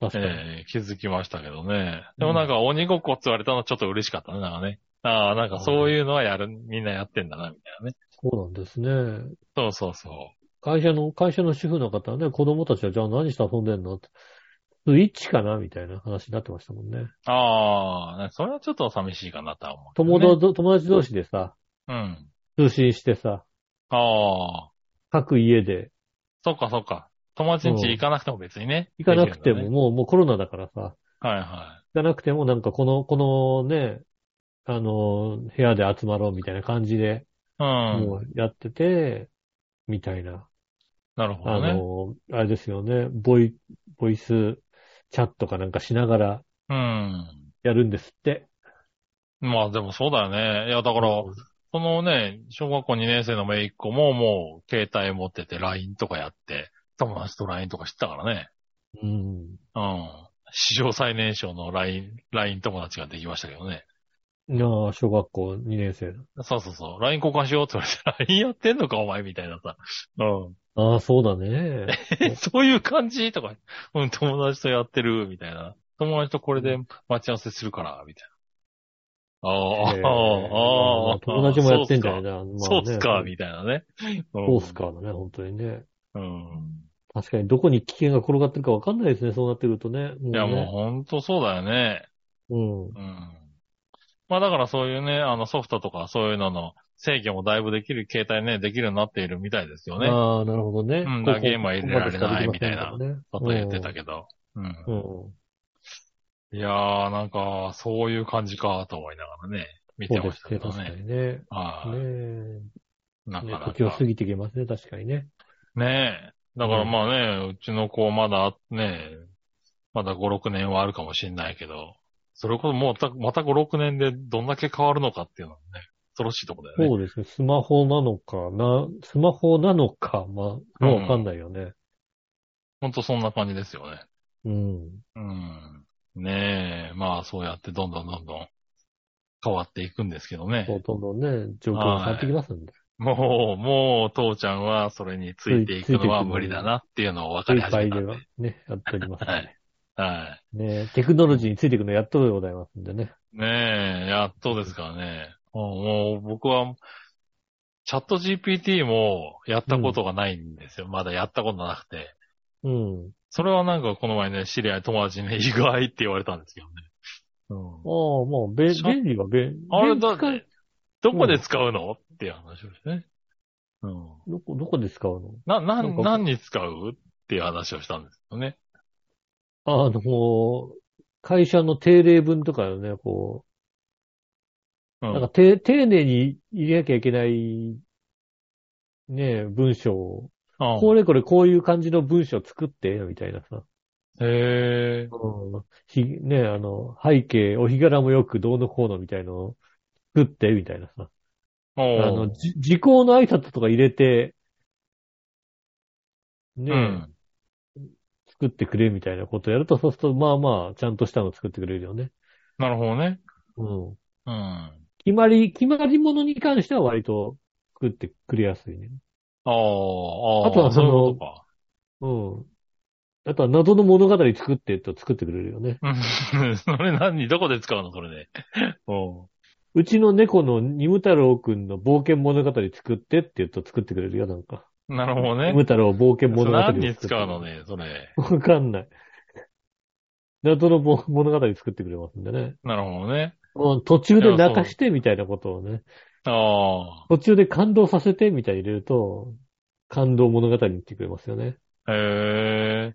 確かに。
えー気づきましたけどね。でもなんか鬼ごっこって言われたのちょっと嬉しかったね、なんかね。ああ、なんかそういうのはやる、みんなやってんだな、みたいなね。
そうなんですね。
そうそうそ
会社の、会社の主婦の方はね、子供たちはじゃあ何して遊んでんのって。スイッチかなみたいな話になってましたもんね。
う。ああ、なんかそれはちょっと寂しいかなとは思う、
友達、友達同士でさ、
うん。
通信してさ、
ああ、
各家で
そっかそっか。友達ん家行かなくても別にね。
行かなくて
で
も、
きるん
もう、もうコロナだからさ、
だね。はいは
行かなくてもなんかこの、このね、あの、部屋で集まろうみたいな感じで、
い。うん。
もうやってて、みたいな。
なるほ
あ
どね。
の、あれですよね、ボイ、ボイスチャットかなんかしながら
うん。
やるんですって。
まあでもそうだよね。いや、だから、
うん
そのね、小学校2年生の姪っ子ももう携帯持ってて LINE とかやって、友達と LINE とかしてたからね。
うん。
うん。史上最年少の LINE、LINE 友達ができましたけどね。
なあ、小学校2年生。
そうそうそう。LINE 交換しようって言われて、LINE やってんのかお前みたいなさ。うん。
ああ、そうだね。
え、そういう感じとか、うん、友達とやってる、みたいな。友達とこれで待ち合わせするから、みたいな。ああ、
えー
ああ、ああ。
友達もやってんじゃない
な。
な。まあね
そうっすか、みたいなね。
そうっすかだね、本当にね。
うん。
確かにどこに危険が転がってるかわかんないですね、そうなってくるとね。
いや、もうほんとそうだよね。
うね。
うん。まあだからそういうね、あのソフトとかそういうのの制御もだいぶできる、携帯ね、できるようになっているみたいですよ
うん。
ね。
ああ、なるほどね。
うん
こ
だからゲームは入れられないみたい
こ
な
こまでしかできません
ち
か
ょっ
ら
と
ね
言ってたけど。うん。
うん。
いやー、なんか、そういう感じかと思いながらね、見
そ
て
うで
まし
す
たけ
ね、
ど
確か
ね。
にね。
はい、
ね
な
え。
か
ね
なか。
時を過ぎてきますね、確かにね。
ねえ。だからまあね、うちの子まだね、まだ5、6年はあるかもしれないけど、それこそもうたまた5、6年でどんだけ変わるのかっていうのはね、恐ろしいとこだよね。
そうですね。スマホなのかな、スマホなのか、まあ、
うん
わかんないよね。
ほんとそんな感じですよね。
うん。
うん。ねえ、まあそうやってどんどんどんどん変わっていくんですけどね。
ほとんどね、状況が変わってきますんで。
もう、もう父ちゃんはそれについていくのは無理だなっていうのを分かり
い
始
ぱ
め
い
た
で
んで
は。ね、やっておりますんで、
はいはい。
ねテクノロジーについていくのやっとでございますんでね。
ねえ、やっとですからね。もうもう僕は、チャット GPT もやったことがないんですよ。まだやったことなくて。
うん。
それはなんかこの前ね、知り合い友達にね、意外って言われたんですけどね。
ああ、もう、べ
しゃ
便利は便利。
あれだっ
便利使
て
い、
どこで使うの、っていう話をしてね。うん。
どこ、どこで使うの
な、な、
なんか
何に使うっていう話をしたんですよね。
あの、会社の定例文とかのね、こ
う
う、なんか
ん。
て、丁寧に入れなきゃいけない、ね文章を、
うん
これこれこういう感じの文章作って、みたいなさ。
へえ。
うん。ひ、ね、あの、背景、お日柄もよくどうのこうのみたいのを作って、みたいなさ。
あ
あの、じ時効の挨拶とか入れて、ね、
うん。
作ってくれみたいなことやると、そうすると、まあまあ、ちゃんとしたの作ってくれるよね。
なるほどね。
うん。
うん。
決まり、決まりものに関しては割と作ってくれやすいね。
ああ、あ
あとはその
そういう
う
こ
ん。あとは謎の物語作ってと作ってくれるよね。
とか。うん。 それ何、どこで使うのそれで。おう
うちの猫のニム太郎くんの冒険物語作ってって言うと作ってくれるよ、なんか。
なるほどね
ニム。太郎冒険
そ
物
れ
語を作
何
って
に使うのね、それ。
わかんない。謎のぼ物語作ってくれますんでね。
なるほどね。
うん途中で泣かしてみたいなことをね。
あ
途中で感動させてみたいに入れると、感動物語に言ってくれますよね。
あ、へえ。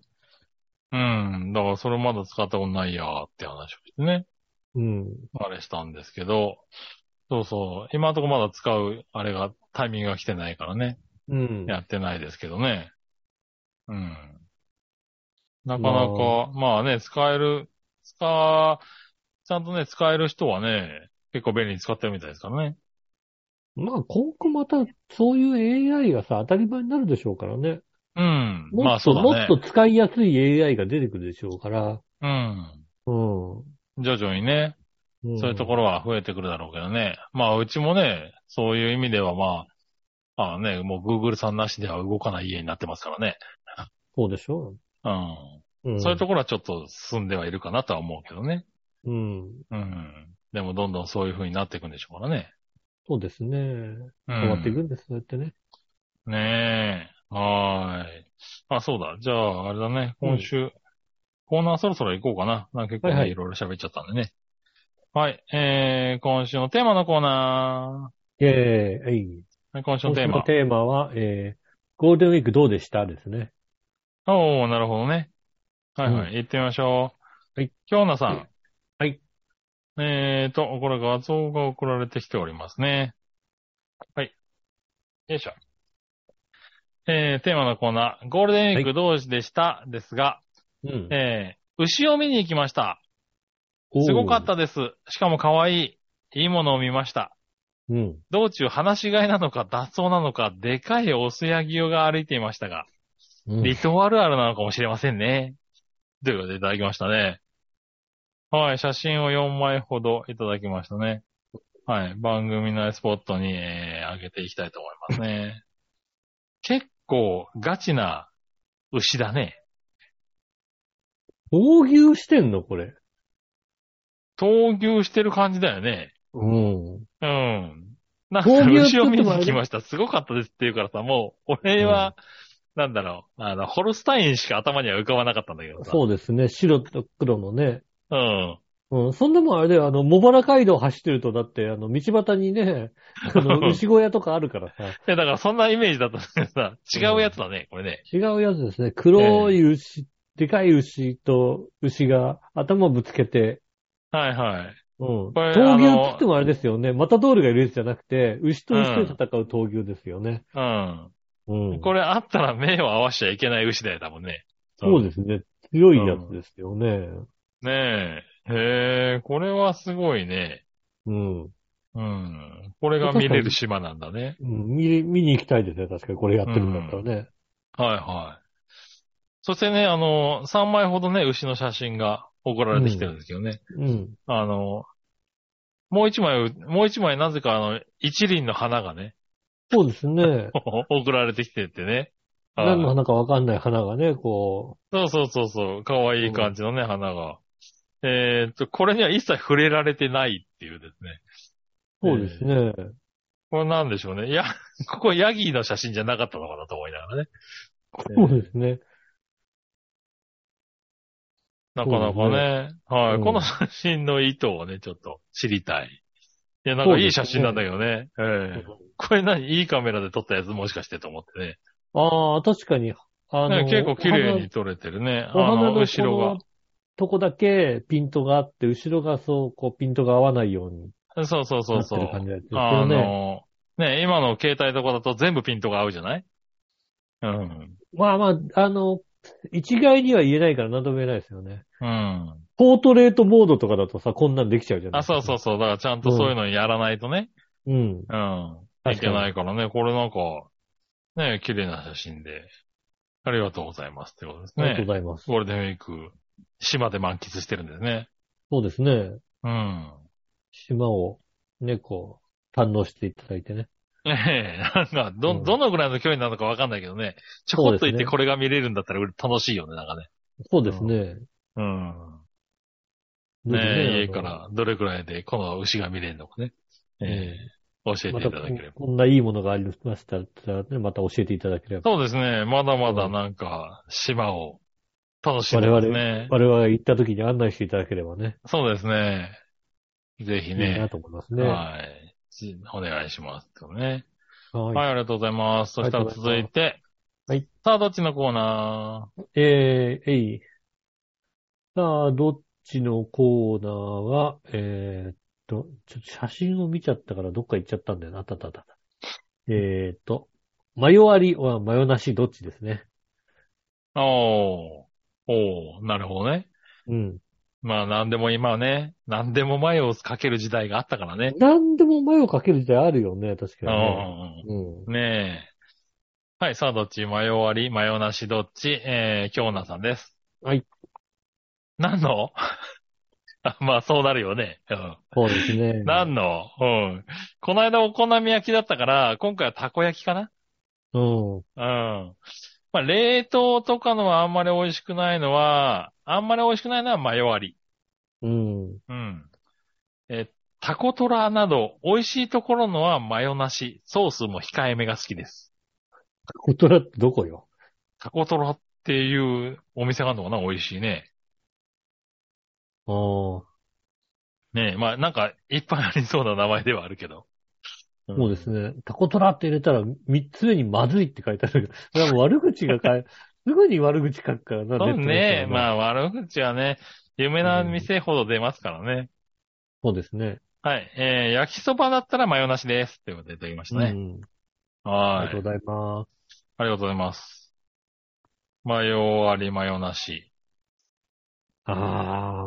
うん。だからそれまだ使ったことないやーって話をしてね。
うん。
あれしたんですけど、そうそう。今のところまだ使う、あれが、タイミングが来てないからね。
うん。
やってないですけどね。うん。なかなか、まあ、ね、使える、使、ちゃんとね、使える人はね、結構便利に使ってるみたいですからね。
まあ、今後また、そういう AI がさ、当たり前になるでしょうからね。
うん。
もっと、
まあそうだね。
もっと使いやすい AI が出てくるでしょうから。
うん。
うん。
徐々にね、
うん
そういうところは増えてくるだろうけどね。まあ、うちもね、そういう意味ではまあ、まあね、もう Google さんなしでは動かない家になってますからね。
そうでしょ
う
う、
ん。
ん、
そういうところはちょっと進んではいるかなとは思うけどね。
うん。
うん。でもどんどんそういう風になっていくんでしょうからね。
そうですね。
うん。
変わっていくんです、そうやってね。
ねえ。はーい。あ、そうだ。じゃあ、あれだね。
うん
今週、コーナーそろそろ行こうかな。なんか結構ね、
はい
い
はい
ろいろ喋っちゃったんでね。はい。えー、今週のテーマのコーナ
ええ、はい。
ー。はい、今週
今
のテ
週
ー
の
マ。
テーマは、えー、ゴールデンウィークどうでしたですね。
おー、なるほどね。はいはい。行ってみましょう。
はい。
京奈さん。
はい。
えーと、これ画像が送られてきておりますね。はい。よいしょ。えー、テーマのコーナー、ゴールデンウィーク同時でした、ですが、
うん。
えー、牛を見に行きました。
おー
すごかっ。たです。しかも可愛い。いいものを見ました。
うん。
道中放し飼いなのか脱走なのか、でかいオスヤギをが歩いていましたが、
うん
離島あるあるなのかもしれませんね。ということでいただきましたね。はい、写真を4枚ほどいただきましたね。はい、番組のスポットに、えー、上げていきたいと思いますね。結構ガチな牛だね。
闘牛してんのこれ。
闘牛してる感じだよね。
うん。
うん。なんか
闘牛
牛を見
ちょっとあれ
に来ました。すごかったですって言うからさ、もう、俺は、なんだろう、あの、ホルスタインしか頭には浮かばなかったんだけどさ。
そうですね。白と黒のね。
うん。
うん。そんでもあれだよ、あの、茂原街道走ってると、だって、あの、道端に ね、あの、牛小屋とかあるからさ、
いや、だからそんなイメージだったんだけどさ、違うやつだね、これね。
違うやつですね。黒い牛、でかい牛と牛が頭ぶつけて、
はいはい。
うん。
これ
闘牛って
あの
言ってもあれですよね。マタドールがいるやつじゃなくて、牛と牛で戦う闘牛ですよね。う
うん。
ん。
これあったら目を合わしちゃいけない牛だよ、多分ね。。
そうですすね。強いやつですよね。
ねえ。へえ、これはすごいね。
うん。うん
うん。これが見れる島なんだね。
見、見に行きたいですね。確かにこれやってるんだったらね。
はいはい。そしてね、あの、3枚ほどね、牛の写真が送られてきてるんですけどね。
うん。
あの、もう一枚、もう一枚なぜかあの、一輪の花がね、
そうですね。
送られてきてってね。はい
何の花かわかんない花がね、こ
そうそうそうそう。可愛い感じのね、花が。えーっと、これには一切触れられてないっていうですね。
う。そうですね。
これなんでしょうね。いや、 ここヤギの写真じゃなかったのかなと思いながらね。
そうですね。
なかなかね。はい、
うん
この写真の意図をね、ちょっと知りたい。いや、なんかいい写真なんだけどね。ええこれ何いいカメラで撮ったやつもしかしてと思ってね。
ああ、確かに。あの、
ね結構綺麗に撮れてるね。あ
お花。お花の
の、
この
後ろが。
とこだけピントがあって、後ろがそう、こう、ピントが合わないように
そうそうそ
な
う
って
そ
る
う。
感じのやつです
あ
よね。
の、ね、今の携帯とかだと全部ピントが合うじゃないうん。
まあまあ、あの、一概には言えないから何とも言えないですよね。
うん。
ポートレートモードとかだとさ、こんなんできちゃうじゃない
あ、
ですか。
そうそうそう。だからちゃんとそういうのやらないとね。
う。うん。
うん。い
確か
け
に
ないからね。これなんか、ね、綺麗な写真で。ありがとうございます。ってことです
ありがとう
ね。
ございます。
ゴールデンウィーク、島で満喫してるんですね。
そうですね。
うん。
島を、ね、こう、堪能していただいてね。
ええなんか、
う
ど、
ん
どのぐらいの距離なのかわかんないけどね。ちょこっと
そうで
行
す
って
ね
これが見れるんだったら楽しいよね、なんかね。
そうですね。
うん。
ぜひ
ねえ、家
あの
からどれくらいでこの牛が見れるのかね。ええ教えて
ま
い
た
た
こ
だければ。
こんないいものがありましたら、ね、また教えていただければ。
そうですね。まだまだなんか、島を楽しんでますね。
我々が行った時に案内していただければね、
そうですね。ぜひ
いい
ね
な。と思いますね。は
はい。じお願いします。とね。
い。
はい、ありがとうございます。そしたら続いて。
ありがとうございますはい。
さあ、どっちのコーナ
えー、えい。さあ、どっちのコーナーは、えー、っと、ちょっと写真を見ちゃったからどっか行っちゃったんだよな。あったあったあったあった。えー、っと、マヨありはマヨなしどっちですね。
ーおー。おー、なるほどね。
うん。
まあ、なんでも今はね、なんでも前をかける時代があったからね。
なんでもマヨかける時代あるよね、確
う
かにね。
ん。
うん。
ねえ。はい、さあ、どっち迷わり、迷なし、どっちえー、京奈さんです。
はい。
何の あまあ、そうなるよね。うん。
そうですね。
何のうん。この間お好み焼きだったから、今回はたこ焼きかな
うん。
うん。まあ、冷凍とかのはあんまり美味しくないのは、あんまり美味しくないのは迷わり。
うん。
うん。え、タコトラなど、美味しいところのはマヨなし、ソースも控えめが好きです。
コトラってどこよ
タコトラっていうお店があるのかな美味しいね。
ああ、
ねえ、まあなんか、いっぱいありそうな名前ではあるけど。
そうですね。タコトラって入れたら、三つ目にまずいって書いてあるけど、 それはもう悪口 が書い、すぐに悪口書くからな、
そう
ネットの人は
ね。まあ悪口はね、有名な店ほど出ますからね。
そうですね。
はい。えー、焼きそばだったらマヨなしです。ということでいただきました
う
ね。
ん。あり
は
がと
い。
うございます。
ありがとうございます。マヨあり、マヨなし。
ああ。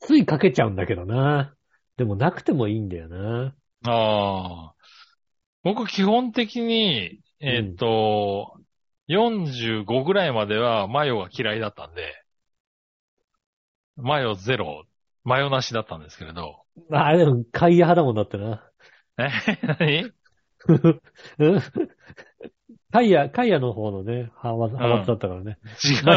ついかけちゃうんだけどな。でもなくてもいいんだよな。
ああ。僕、基本的に、えーっと、45ぐらいまではマヨが嫌いだったんで、マヨゼロ、マヨなしだったんですけれど。
ああ、でも、買い派だもんだってな。
え、 何
うんカイヤ、カイヤの方のね、派閥派閥だったからね。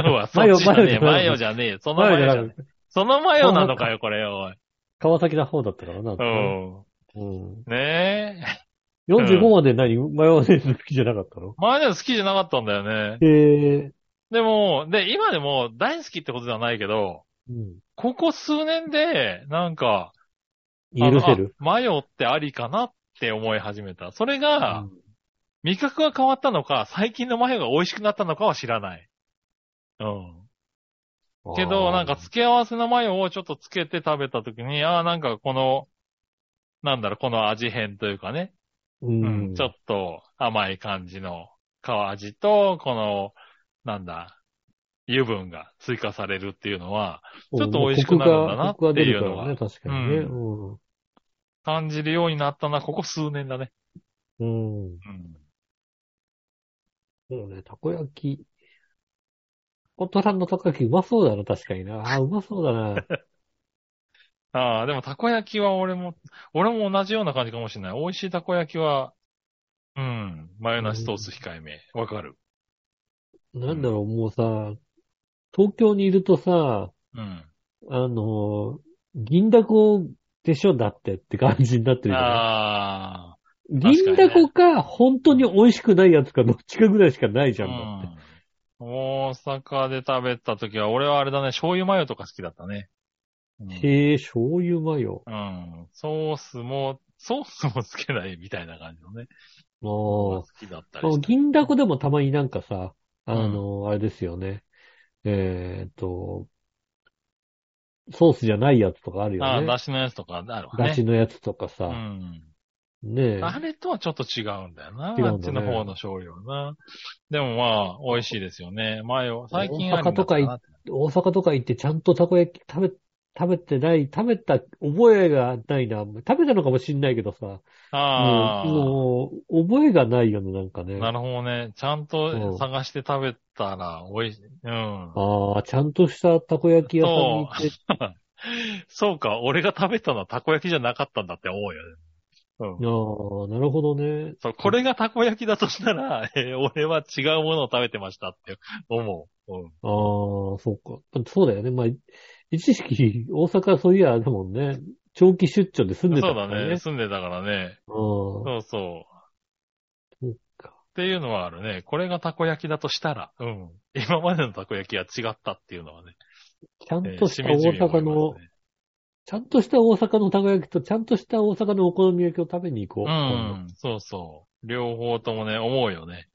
違うわ。そっちじゃねえ。 マ
マヨ
ヨ
マヨ
じゃねえ。そのマ
前
ヨ
じゃ
じゃ
な
ね
く
え。そのマヨなのかよ、これ、おい。
川崎の方だったからな。
うん。
うん。
ねえ。
45まで何マヨネーズ好きじゃなかったの
マヨ好きじゃなかったんだよね。
へえ。
でも、で、今でも大好きってことではないけど、
うん。
ここ数年で、なんか、あ
許
の
せる。
あマヨってありかなって思い始めた。それが、
うん
味覚が変わったのか、最近のマヨが美味しくなったのかは知らない。うん。けど、なんか、付け合わせのマヨをちょっとつけて食べたときに、ああ、なんかこの、なんだろう、この味変というかね。
う
うん
ん。
ちょっと甘い感じの皮味と、この、なんだ、油分が追加されるっていうのは、ちょっと美味しくなるんだなっていうのは
コクがコクが出るからね、確かにね。うん。
感じるようになったのは、ここ数年だね。
うん。
うん。
そうね、たこ焼き。おとらんのたこ焼きうまそうだな、確かにな。あーうまそうだ な。
ああ、でもたこ焼きは俺も、俺も同じような感じかもしれない。美味しいたこ焼きは、うん、マヨナシソース控えめ。わかる。
なんだろう、もうさ、東京にいるとさ、
うん。
あの、銀だこでしょだってって感じになってるじゃない
ああ、
銀だこか、本当に美味しくないやつか、どっちかぐらいしかないじ
う
ゃん。だって
ん。大阪で食べた時は、俺はあれだね、醤油マヨとか好きだったね。うん
へえ、醤油マヨ。
うん。ソースも、ソースもつけないみたいな感じのね。
あ
好きだった
あ
りして。
銀だこでもたまになんかさ、あの、あれですよね。えーっと、ソースじゃないやつとかあるよね。
ああ、だしのやつとかあるわね。
ガチのやつとか
う
さ、
ん。
ねえ。
あれとはちょっと違うんだよな。
違
あ
う
っ
ん
ち
だね
の方の醤油はな。でもまあ、美味しいですよね。前を、最近あ
大阪とか行
行
大阪とか行ってちゃんとたこ焼き食べ、食べてない、食べた覚えがないな。食べたのかもしんないけどさ。
ああ。
もう、もう覚えがないよね、なんかね。
なるほどね。ちゃん
そ
と
う
探して食べたら美味しい。うん。
ああ、ちゃんとしたたこ焼き屋さんに行って、
そうか、俺が食べたのはたこ焼きじゃなかったんだって思うよね。う
あ
ん。
あ、なるほどね。
そう、これがたこ焼きだとしたら、 えー俺は違うものを食べてましたって思う。う
あ
ん。
あ、そうか。そうだよね。まあ、一時期、大阪そういや、だもんね。長期出張で住んでた
そう
か
だ
ら
ね。。住んでたからね。
そう
そうそう。
そっか
っていうのはあるね。これがたこ焼きだとしたら、うん。今までのたこ焼きは違ったっていうのはね。
ちゃ
え
ん
ー
とした
しみじみ
大
思
阪
いま
の
す、ね
ちゃんとした大阪のたこ焼きと、ちゃんとした大阪のお好み焼きを食べに行こう。
うん。そうそう。両方ともね、思うよね。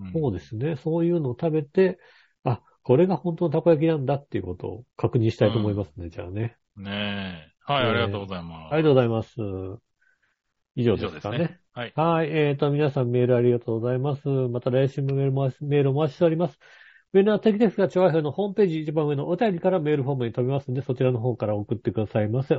うん
そうですね。そういうのを食べて、あ、これが本当のたこ焼きなんだっていうことを確認したいと思いますね。じゃあね。
ねえ。は
え
い、
ー
ありがとうございます。
ありがとうございます。以上ですか
以上
ね。
はい。
はい。えっ、と、皆さんメールありがとうございます。また来週もメールもメールお待ちしております。ウェナーテキですが、調和表のホームページ一番上のお便りからメールフォームに飛びますので、そちらの方から送ってくださいませ。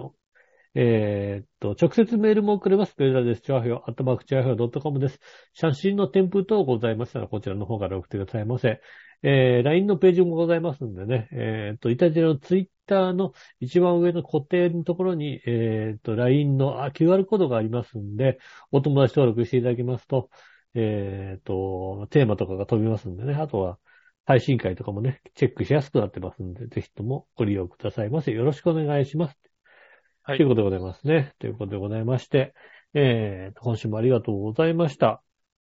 えーっと、直接メールも送れます。メールアドレス、調和表、アットマーク、調和表 .com です。写真の添付等ございましたら、こちらの方から送ってくださいませ。えー、LINE のページもございますんでね、えーっと、イタジェラの Twitter の一番上の固定のところに、えーっと、LINE のあ QR コードがありますんで、お友達登録していただきますと、えっ、と、テーマとかが飛びますんでね。あとは、配信会とかもね、チェックしやすくなってますんで、ぜひともご利用くださいませ。よろしくお願いします。
はい
ということでございますね。ということでございまして、えー、今週もありがとうございました。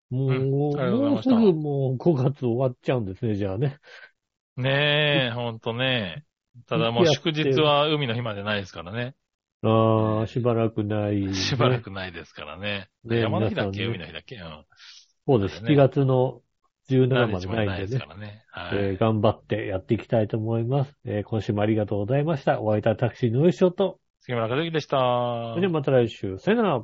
もう、
うんありがとうござい
も
ま
う
し
す
た
ぐもう5月終わっちゃうんですね、じゃあね。
ねえ、ほんとね。ただもう祝日は海の日までないですからね。
ああ、しばらくない、
しばら。くないですからね。
ね
山の日だっけ、
皆さんね
海の日だっけうん。
そうです。
そうだ
7
よ
月の17ま
ね何
で
日も
ない
ない
ん
で
でね
すか。らね。はい。
えー頑張ってやっていきたいと思います。えー今週もありがとうございました。お会いいたいタクシーの上翔と。
杉村和之でした。
それではまた来週。さよなら。